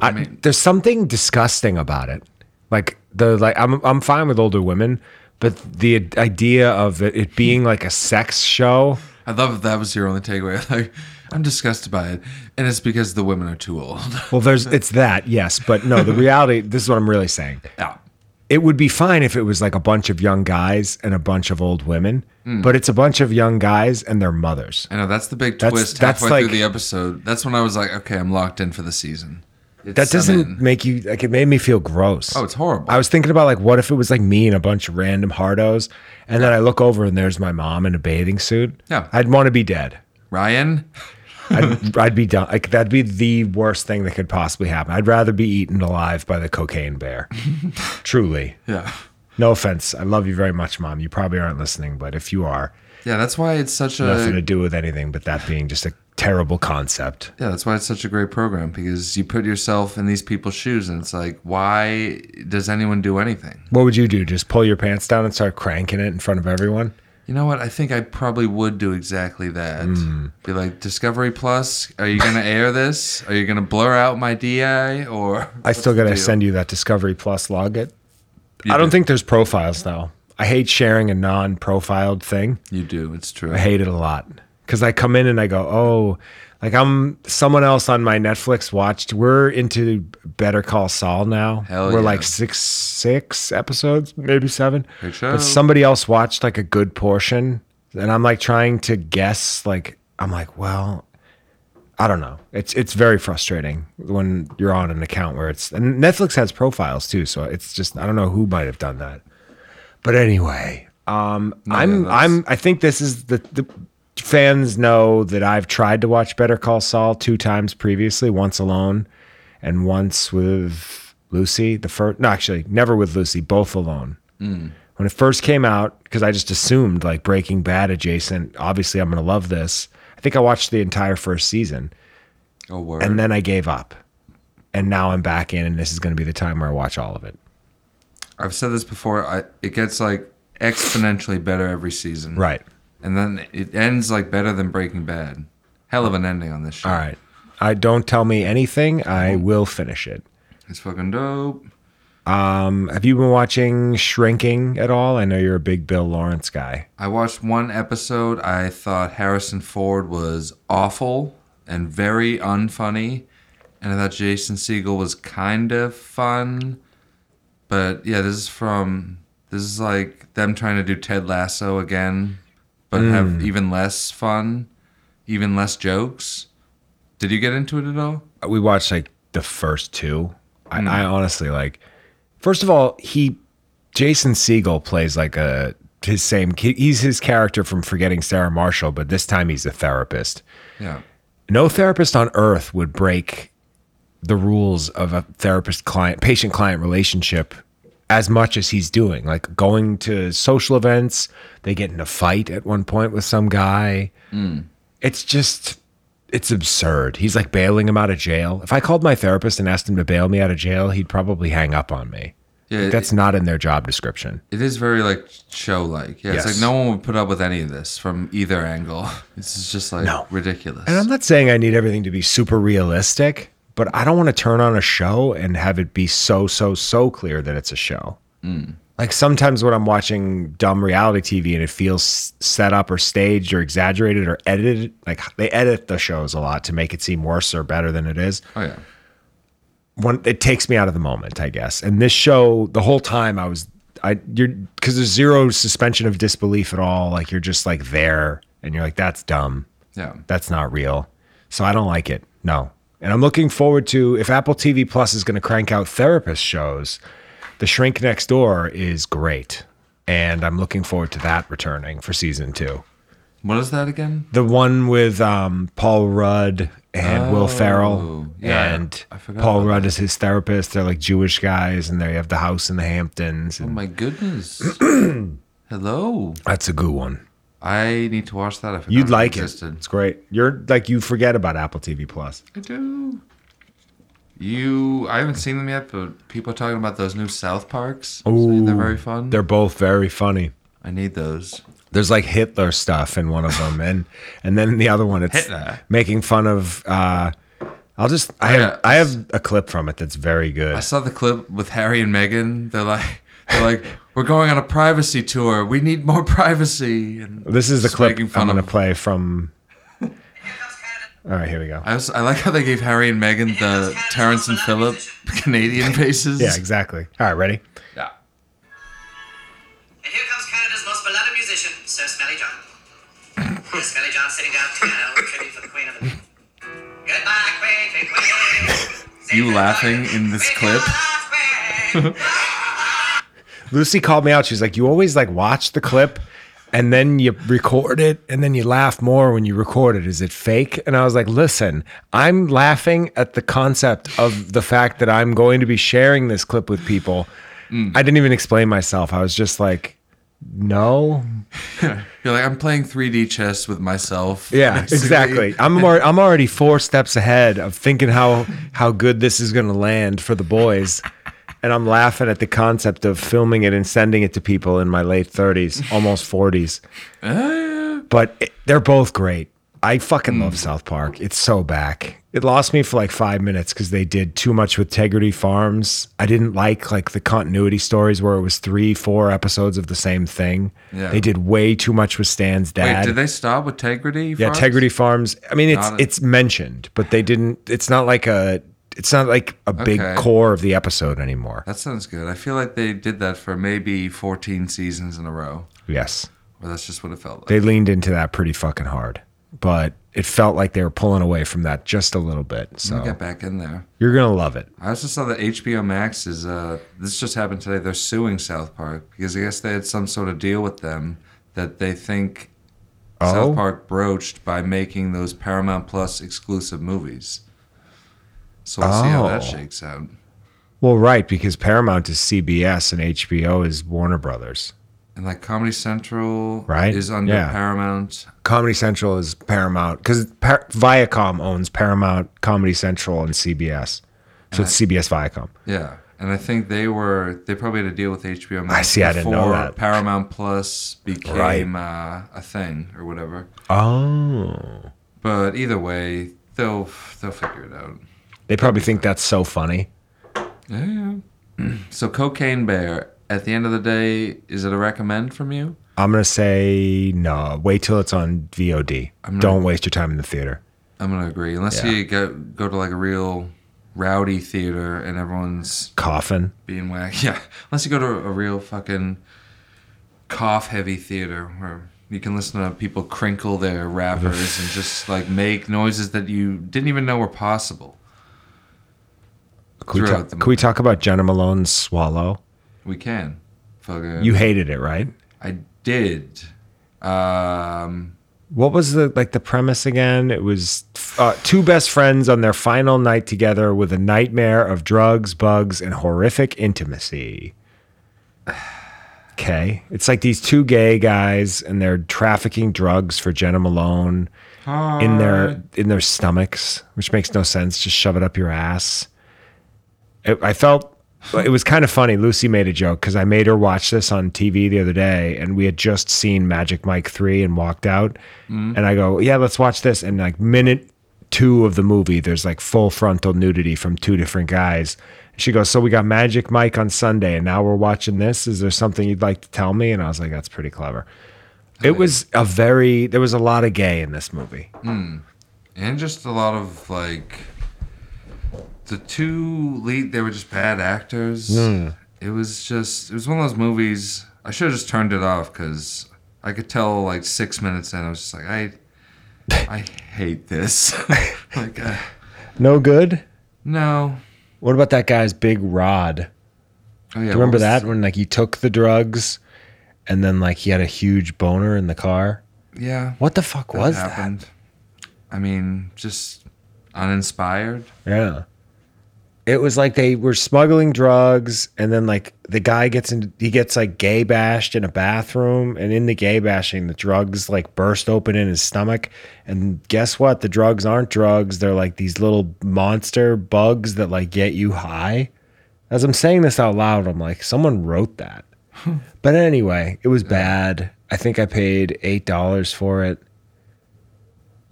Speaker 5: I, there's something disgusting about it. Like the like, I'm I'm fine with older women, but the idea of it, it being like a sex show.
Speaker 4: I love if that was your only takeaway. Like, I'm disgusted by it. And it's because the women are too old.
Speaker 5: Well, there's it's that, yes, but no, the reality. This is what I'm really saying.
Speaker 4: yeah.
Speaker 5: It would be fine if it was like a bunch of young guys and a bunch of old women,
Speaker 4: Hmm.
Speaker 5: but it's a bunch of young guys and their mothers.
Speaker 4: I know that's the big
Speaker 5: That's-
Speaker 4: twist
Speaker 5: that's
Speaker 4: halfway
Speaker 5: like-
Speaker 4: through the episode. That's when I was like, okay, I'm locked in for the season. It's
Speaker 5: That doesn't
Speaker 4: I'm in.
Speaker 5: make you like. It made me feel gross.
Speaker 4: Oh, it's horrible.
Speaker 5: I was thinking about like, what if it was like me and a bunch of random hardos, and then I look over and there's my mom in a bathing suit.
Speaker 4: Yeah.
Speaker 5: I'd want to be dead.
Speaker 4: Ryan,
Speaker 5: I'd, I'd be done. Like that'd be the worst thing that could possibly happen. I'd rather be eaten alive by the cocaine bear. Truly.
Speaker 4: yeah,
Speaker 5: No offense. I love you very much, Mom. You probably aren't listening, but if you are,
Speaker 4: Yeah, that's why it's such a
Speaker 5: Nothing to do with anything but that being just a terrible concept.
Speaker 4: Yeah, that's why it's such a great program because you put yourself in these people's shoes and it's like, why does anyone do anything?
Speaker 5: What would you do? Just pull your pants down and start cranking it in front of everyone?
Speaker 4: You know what? I think I probably would do exactly that.
Speaker 5: Mm.
Speaker 4: Be like, Discovery Plus, are you going to air this? Are you going to blur out my DI? Or
Speaker 5: I still got to send you that Discovery Plus logit. I don't think there's profiles though. I hate sharing a non-profiled thing.
Speaker 4: you do. It's true.
Speaker 5: I hate it a lot because I come in and I go, oh, like I'm someone else on my Netflix watched. We're into Better Call Saul now.
Speaker 4: Hell
Speaker 5: We're
Speaker 4: yeah.
Speaker 5: like six six episodes, maybe seven.
Speaker 4: Good show.
Speaker 5: But somebody else watched like a good portion, and I'm like trying to guess. Like I'm like, well, I don't know. It's it's very frustrating when you're on an account where it's and Netflix has profiles too, so it's just I don't know who might have done that. But anyway, um, I'm
Speaker 4: that's-
Speaker 5: I'm I think this is the, the fans know that I've tried to watch Better Call Saul two times previously, once alone, and once with Lucy. The first, no, actually, never with Lucy, both alone. When it first came out, because I just assumed like Breaking Bad adjacent. Obviously, I'm gonna love this. I think I watched the entire first season,
Speaker 4: oh, word.
Speaker 5: and then I gave up. And now I'm back in, and this is gonna be the time where I watch all of it.
Speaker 4: I've said this before. I, it gets like exponentially better every season.
Speaker 5: Right.
Speaker 4: And then it ends like better than Breaking Bad. Hell of an ending on this show.
Speaker 5: All right. I don't tell me anything. I will finish it.
Speaker 4: It's fucking dope.
Speaker 5: Have you been watching Shrinking at all? I know you're a big Bill Lawrence guy.
Speaker 4: I watched one episode. I thought Harrison Ford was awful and very unfunny, and I thought Jason Segel was kind of fun. But yeah, this is from this is like them trying to do Ted Lasso again, but
Speaker 5: Hmm.
Speaker 4: have even less fun, even less jokes. Did you get into it at all?
Speaker 5: Uh, We watched like the first two. I, I honestly like. First of all, he Jason Siegel plays like a his same. he- He's his character from Forgetting Sarah Marshall, but this time he's a therapist.
Speaker 4: Yeah.
Speaker 5: No therapist on earth would break the rules of a therapist client patient client relationship as much as he's doing like going to social events they get in a fight at one point with some guy it's just it's absurd he's like bailing him out of jail if i called my therapist and asked him to bail me out of jail he'd probably hang up on me
Speaker 4: Yeah,
Speaker 5: that's not in their job description
Speaker 4: It is very like show like. Yeah,
Speaker 5: Yes.
Speaker 4: it's like no one would put up with any of this from either angle. This is just like
Speaker 5: No.
Speaker 4: ridiculous.
Speaker 5: And I'm not saying I need everything to be super realistic, but I don't want to turn on a show and have it be so, so, so clear that it's a show. Like sometimes when I'm watching dumb reality TV and it feels s- set up or staged or exaggerated or edited, like they edit the shows a lot to make it seem worse or better than it is
Speaker 4: oh yeah.
Speaker 5: one it takes me out of the moment, I guess. And this show, the whole time I was I you're because there's zero suspension of disbelief at all. Like you're just like there and you're like, that's dumb.
Speaker 4: Yeah.
Speaker 5: That's not real. So I don't like it. No. And I'm looking forward to if Apple TV Plus is gonna crank out therapist shows, the shrink next door is great. And I'm looking forward to that returning for season two.
Speaker 4: What is that again?
Speaker 5: The one with um, Paul Rudd and Will Ferrell,
Speaker 4: Oh, yeah.
Speaker 5: and
Speaker 4: I forgot
Speaker 5: Paul
Speaker 4: about
Speaker 5: Rudd is his therapist. They're like Jewish guys, and they have the house in the Hamptons.
Speaker 4: Oh
Speaker 5: And
Speaker 4: my goodness. Hello.
Speaker 5: that's a good one.
Speaker 4: I need to watch that. I forgot
Speaker 5: You'd like it.
Speaker 4: existed.
Speaker 5: It's great. You're like you forget about Apple TV Plus.
Speaker 4: I do. You, I haven't seen them yet, but people are talking about those new South Parks. Oh, they're very fun.
Speaker 5: They're both very funny.
Speaker 4: I need those.
Speaker 5: There's like Hitler stuff in one of them, and and then in the other one, it's
Speaker 4: Hitler.
Speaker 5: making fun of. Uh, I'll just I have
Speaker 4: got-
Speaker 5: I have a clip from it that's very good.
Speaker 4: I saw the clip with Harry and Meghan. They're like, they're like, we're going on a privacy tour. We need more privacy. And
Speaker 5: This is the
Speaker 4: just
Speaker 5: clip
Speaker 4: making
Speaker 5: I'm
Speaker 4: fun
Speaker 5: gonna
Speaker 4: of-
Speaker 5: play from. All right, here we go.
Speaker 4: I was, I like how they gave Harry and Meghan the Terrence and Phillip Canadian faces.
Speaker 5: Yeah, exactly. All right, ready?
Speaker 4: Yeah.
Speaker 8: And here comes Canada's most beloved musician, Sir Smelly John. Here's Smelly John sitting down to piano, tribute for the Queen of the Goodbye, Queen, Queen, Queen.
Speaker 4: You laughing in this clip?
Speaker 5: Lucy called me out. She's like, "You always like watch the clip, and then you record it, and then you laugh more when you record it. Is it fake?" And I was like, "Listen, I'm laughing at the concept of the fact that I'm going to be sharing this clip with people. I didn't even explain myself. I was just like." no.
Speaker 4: You're like, I'm playing 3D chess with myself.
Speaker 5: Yeah,
Speaker 4: basically.
Speaker 5: exactly. I'm alre- I'm already four steps ahead of thinking how how good this is going to land for the boys, and I'm laughing at the concept of filming it and sending it to people in my late 30s, almost 40s.
Speaker 4: Uh.
Speaker 5: But it, they're both great. I fucking
Speaker 4: Hmm.
Speaker 5: love South Park. It's so back. It lost me for like five minutes because they did too much with Tegrity Farms. I didn't like like the continuity stories where it was three, four episodes of the same thing.
Speaker 4: Yeah.
Speaker 5: They did way too much with Stan's dad.
Speaker 4: Wait, did they stop with Tegrity?
Speaker 5: Yeah,
Speaker 4: Farms?
Speaker 5: Integrity Farms. I mean, it's
Speaker 4: Not a-
Speaker 5: it's mentioned, but they didn't. It's not like a. It's not like a big
Speaker 4: Okay.
Speaker 5: core of the episode anymore.
Speaker 4: That sounds good. I feel like they did that for maybe 14 seasons in a row.
Speaker 5: Yes,
Speaker 4: Or that's just what it felt like.
Speaker 5: they leaned into that pretty fucking hard, but it felt like they were pulling away from that just a little bit.
Speaker 4: I'll
Speaker 5: So
Speaker 4: get back in there.
Speaker 5: you're gonna love it.
Speaker 4: I also saw that HBO Max is. Uh, this just happened today. They're suing South Park because I guess they had some sort of deal with them that they think
Speaker 5: Oh?
Speaker 4: South Park broached by making those Paramount Plus exclusive movies. So we'll see how that
Speaker 5: Oh.
Speaker 4: shakes out.
Speaker 5: Well, right, because Paramount is CBS and HBO is Warner Brothers.
Speaker 4: And like Comedy Central
Speaker 5: Right?
Speaker 4: is under
Speaker 5: Yeah.
Speaker 4: Paramount.
Speaker 5: Comedy Central is Paramount because Par- Viacom owns Paramount, Comedy Central, and CBS. So it's CBS Viacom.
Speaker 4: Yeah. And I think they were they probably had a deal with HBO Max.
Speaker 5: I see, I didn't know
Speaker 4: before
Speaker 5: that.
Speaker 4: Paramount Plus became uh, a thing or whatever.
Speaker 5: Oh.
Speaker 4: But either way, they'll they'll figure it out.
Speaker 5: They probably think that's so funny.
Speaker 4: Yeah. so Cocaine Bear, at the end of the day, is it a recommend from you?
Speaker 5: I'm gonna say no. Wait till it's on VOD.
Speaker 4: not-
Speaker 5: Don't waste your time in the theater.
Speaker 4: I'm gonna agree. Unless
Speaker 5: Yeah.
Speaker 4: you go go to like a real rowdy theater and everyone's
Speaker 5: Coffin.
Speaker 4: being whacked. Yeah. Unless you go to a real fucking cough heavy theater where you can listen to people crinkle their wrappers and just like make noises that you didn't even know were possible.
Speaker 5: Can we,
Speaker 4: Throughout
Speaker 5: talk,
Speaker 4: the
Speaker 5: can we
Speaker 4: movie.
Speaker 5: talk about Jenna Malone's Swallow?
Speaker 4: We can. Fucking
Speaker 5: You hated it, right?
Speaker 4: I did. Um
Speaker 5: What was the like the premise again? It was uh, two best friends on their final night together with a nightmare of drugs, bugs, and horrific intimacy. Okay, it's like these two gay guys and they're trafficking drugs for Jenna Malone. in their in their stomachs, which makes no sense. Just shove it up your ass. It, I felt it was kind of funny. Lucy made a joke because I made her watch this on TV the other day, and we had just seen Magic Mike three and walked out. And I go, yeah, let's watch this. And like minute two of the movie, there's like full frontal nudity from two different guys. And She goes, so we got Magic Mike on Sunday, and now we're watching this. Is there something you'd like to tell me? And I was like, that's pretty clever. It was a very there was a lot of gay in this movie.
Speaker 4: and just a lot of like the two lead they were just bad actors it was just it was one of those movies i should have just turned it off because i could tell like six minutes in i was just like i i hate this like uh,
Speaker 5: No good.
Speaker 4: no
Speaker 5: What about that guy's big rod?
Speaker 4: oh yeah
Speaker 5: Do you remember that when like he took the drugs and then like he had a huge boner in the car?
Speaker 4: yeah
Speaker 5: What the fuck was
Speaker 4: i mean just uninspired
Speaker 5: that? Yeah. It was like they were smuggling drugs and then like the guy gets in he gets like gay bashed in a bathroom and in the gay bashing the drugs like burst open in his stomach and guess what? The drugs aren't drugs. They're like these little monster bugs that like get you high. As I'm saying this out loud, I'm like, someone wrote that. But anyway, it was bad. I think I paid eight dollars for it,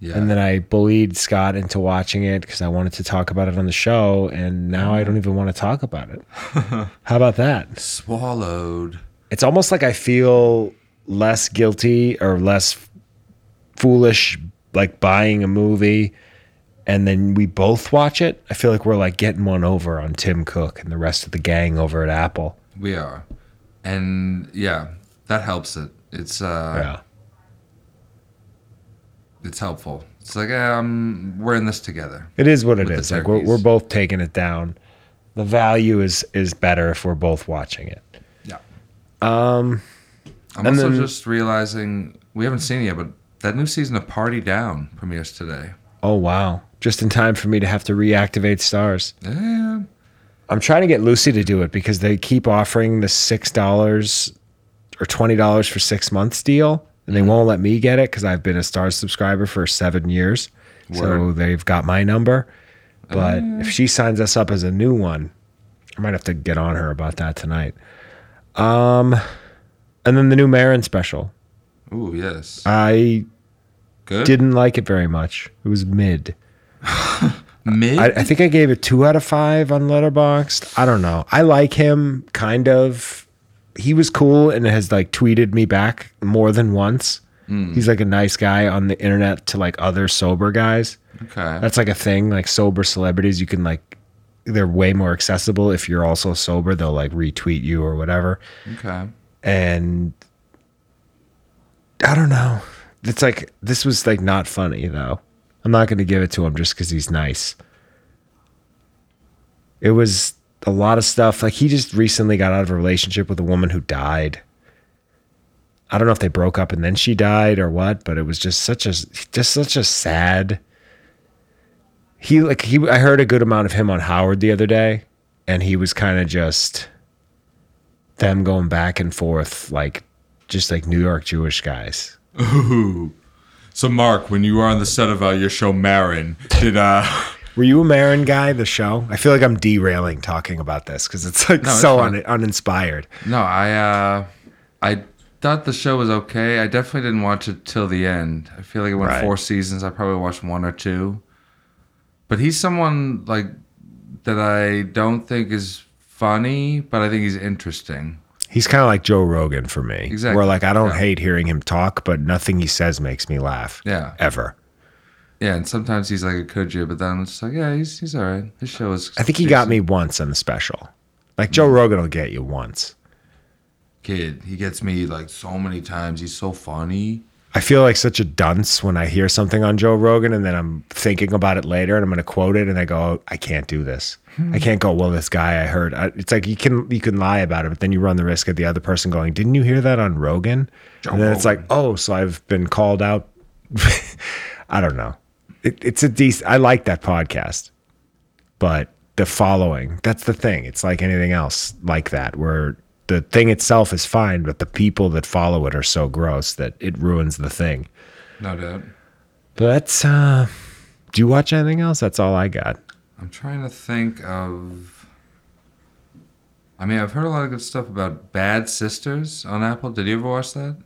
Speaker 4: yeah
Speaker 5: and then I bullied Scott into watching it because I wanted to talk about it on the show, and now I don't even want to talk about it. How about that?
Speaker 4: swallowed
Speaker 5: It's almost like I feel less guilty or less foolish, like buying a movie, and then we both watch it. I feel like we're like getting one over on Tim Cook and the rest of the gang over at Apple.
Speaker 4: we are and yeah that helps it it's uh
Speaker 5: Yeah.
Speaker 4: it's helpful. It's like um, we're in this together.
Speaker 5: It is what it
Speaker 4: with the
Speaker 5: is. Like we're,
Speaker 4: turkeys.
Speaker 5: we're both taking it down. The value is is better if we're both watching it.
Speaker 4: Yeah. Um, I'm
Speaker 5: and
Speaker 4: also
Speaker 5: then-
Speaker 4: just realizing we haven't seen it yet, but that new season of Party Down premieres today.
Speaker 5: Oh wow! Just in time for me to have to reactivate stars.
Speaker 4: Yeah.
Speaker 5: I'm trying to get Lucy to do it because they keep offering the six dollars or twenty dollars for six months deal, and
Speaker 4: Mm-hmm.
Speaker 5: they won't let me get it because I've been a Stars subscriber for seven years. So
Speaker 4: Word. Uh.
Speaker 5: they've got my number. But if she signs us up as a new one, I might have to get on her about that tonight. Um, and then the new Marin special.
Speaker 4: Ooh, yes.
Speaker 5: I
Speaker 4: Good.
Speaker 5: didn't like it very much. It was mid.
Speaker 4: mid?
Speaker 5: I, I think I gave it two out of five on Letterboxd. I don't know. I like him, kind of. He was cool and has like tweeted me back more than once. He's like a nice guy on the internet to like other sober guys.
Speaker 4: okay.
Speaker 5: That's like a thing. Like sober celebrities, you can like, they're way more accessible. If you're also sober, they'll like retweet you or whatever
Speaker 4: okay.
Speaker 5: and I don't know. It's like this was like not funny though. I'm not going to give it to him just because he's nice. It was a lot of stuff. Like he just recently got out of a relationship with a woman who died. I don't know if they broke up and then she died or what, but it was just such a just such a sad. He like he I heard a good amount of him on Howard the other day, and he was kind of just them going back and forth like just like New York Jewish guys.
Speaker 4: So, Mark, when you were on the set of uh, your show Marin, did uh,
Speaker 5: Were you a Marin guy? The show? I feel like I'm derailing talking about this because it's like
Speaker 4: No, it's
Speaker 5: so
Speaker 4: fine.
Speaker 5: un- uninspired.
Speaker 4: no, I uh, I thought the show was okay. I definitely didn't watch it till the end. I feel like it went
Speaker 5: Right.
Speaker 4: four seasons. I probably watched one or two, but he's someone like that I don't think is funny, but I think he's interesting.
Speaker 5: He's kind of like Joe Rogan for me.
Speaker 4: Exactly.
Speaker 5: Where like I don't
Speaker 4: Yeah.
Speaker 5: hate hearing him talk, but nothing he says makes me laugh.
Speaker 4: Yeah.
Speaker 5: Ever.
Speaker 4: Yeah, and sometimes he's like a Kujia, but then I'm just like, yeah, he's he's all right. His show is.
Speaker 5: I think he got me once on the special. Like Joe Rogan will get you once.
Speaker 4: kid. He gets me like so many times. He's so funny.
Speaker 5: I feel like such a dunce when I hear something on Joe Rogan and then I'm thinking about it later and I'm going to quote it and I go, oh, I can't do this. I can't go, well, this guy I heard. I, it's like you can you can lie about it, but then you run the risk of the other person going, didn't you hear that on Rogan? and then it's like, oh, so I've been called out. I don't know. It, it's a decent, I like that podcast, but the following, that's the thing. It's like anything else like that where the thing itself is fine, but the people that follow it are so gross that it ruins the thing.
Speaker 4: No doubt.
Speaker 5: But that's, uh, do you watch anything else? That's all I got.
Speaker 4: I'm trying to think of. I mean, I've heard a lot of good stuff about Bad Sisters on Apple. Did you ever watch that?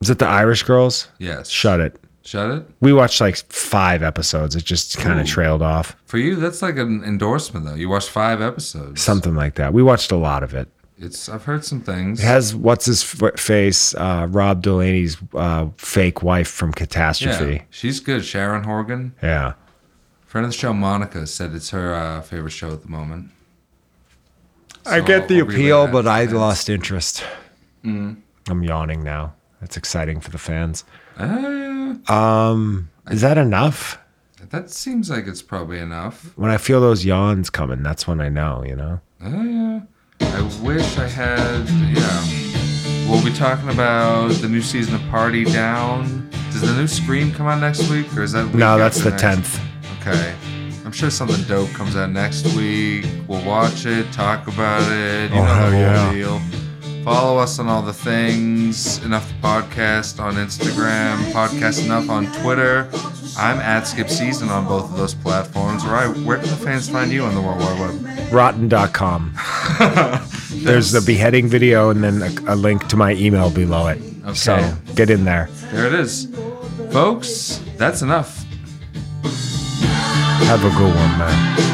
Speaker 5: Is it the Irish girls?
Speaker 4: Yes.
Speaker 5: Shut it.
Speaker 4: Shut it.
Speaker 5: We watched like five episodes. It just kind of trailed off.
Speaker 4: For you, that's like an endorsement, though. You watched five episodes.
Speaker 5: Something like that. We watched a lot of it.
Speaker 4: It's. I've heard some things.
Speaker 5: It has what's his f- face, uh, Rob Delaney's uh, fake wife from Catastrophe.
Speaker 4: She's good. Sharon Horgan,
Speaker 5: Yeah.
Speaker 4: friend of the show, Monica said it's her uh, favorite show at the moment.
Speaker 5: I
Speaker 4: So
Speaker 5: get the
Speaker 4: I'll relay that
Speaker 5: appeal,
Speaker 4: Mm-hmm.
Speaker 5: but
Speaker 4: to
Speaker 5: I
Speaker 4: fans.
Speaker 5: lost interest. I'm yawning now. That's exciting for the fans.
Speaker 4: Uh,
Speaker 5: Is that enough?
Speaker 4: that seems like it's probably enough.
Speaker 5: When I feel those yawns coming, that's when I know, you know?
Speaker 4: Oh yeah. I wish I had. Yeah. We'll be talking about the new season of Party Down. Does the new Scream come out next week, or is that? Week
Speaker 5: No,
Speaker 4: after
Speaker 5: that's the
Speaker 4: next?
Speaker 5: 10th.
Speaker 4: Okay. I'm sure something dope comes out next week. We'll watch it, talk about it. You
Speaker 5: Oh,
Speaker 4: know the
Speaker 5: hell
Speaker 4: whole deal. Follow us on all the things. Enough podcast on Instagram. Podcast enough on Twitter. I'm at Skip Season on both of those platforms. Right? Where can the fans find you on the World Wide Web?
Speaker 5: Rotten.com. There's the beheading video and then a, a link to my email below it. So
Speaker 4: Okay.
Speaker 5: get in there.
Speaker 4: There it is. Folks, that's enough.
Speaker 5: Have a good one, man.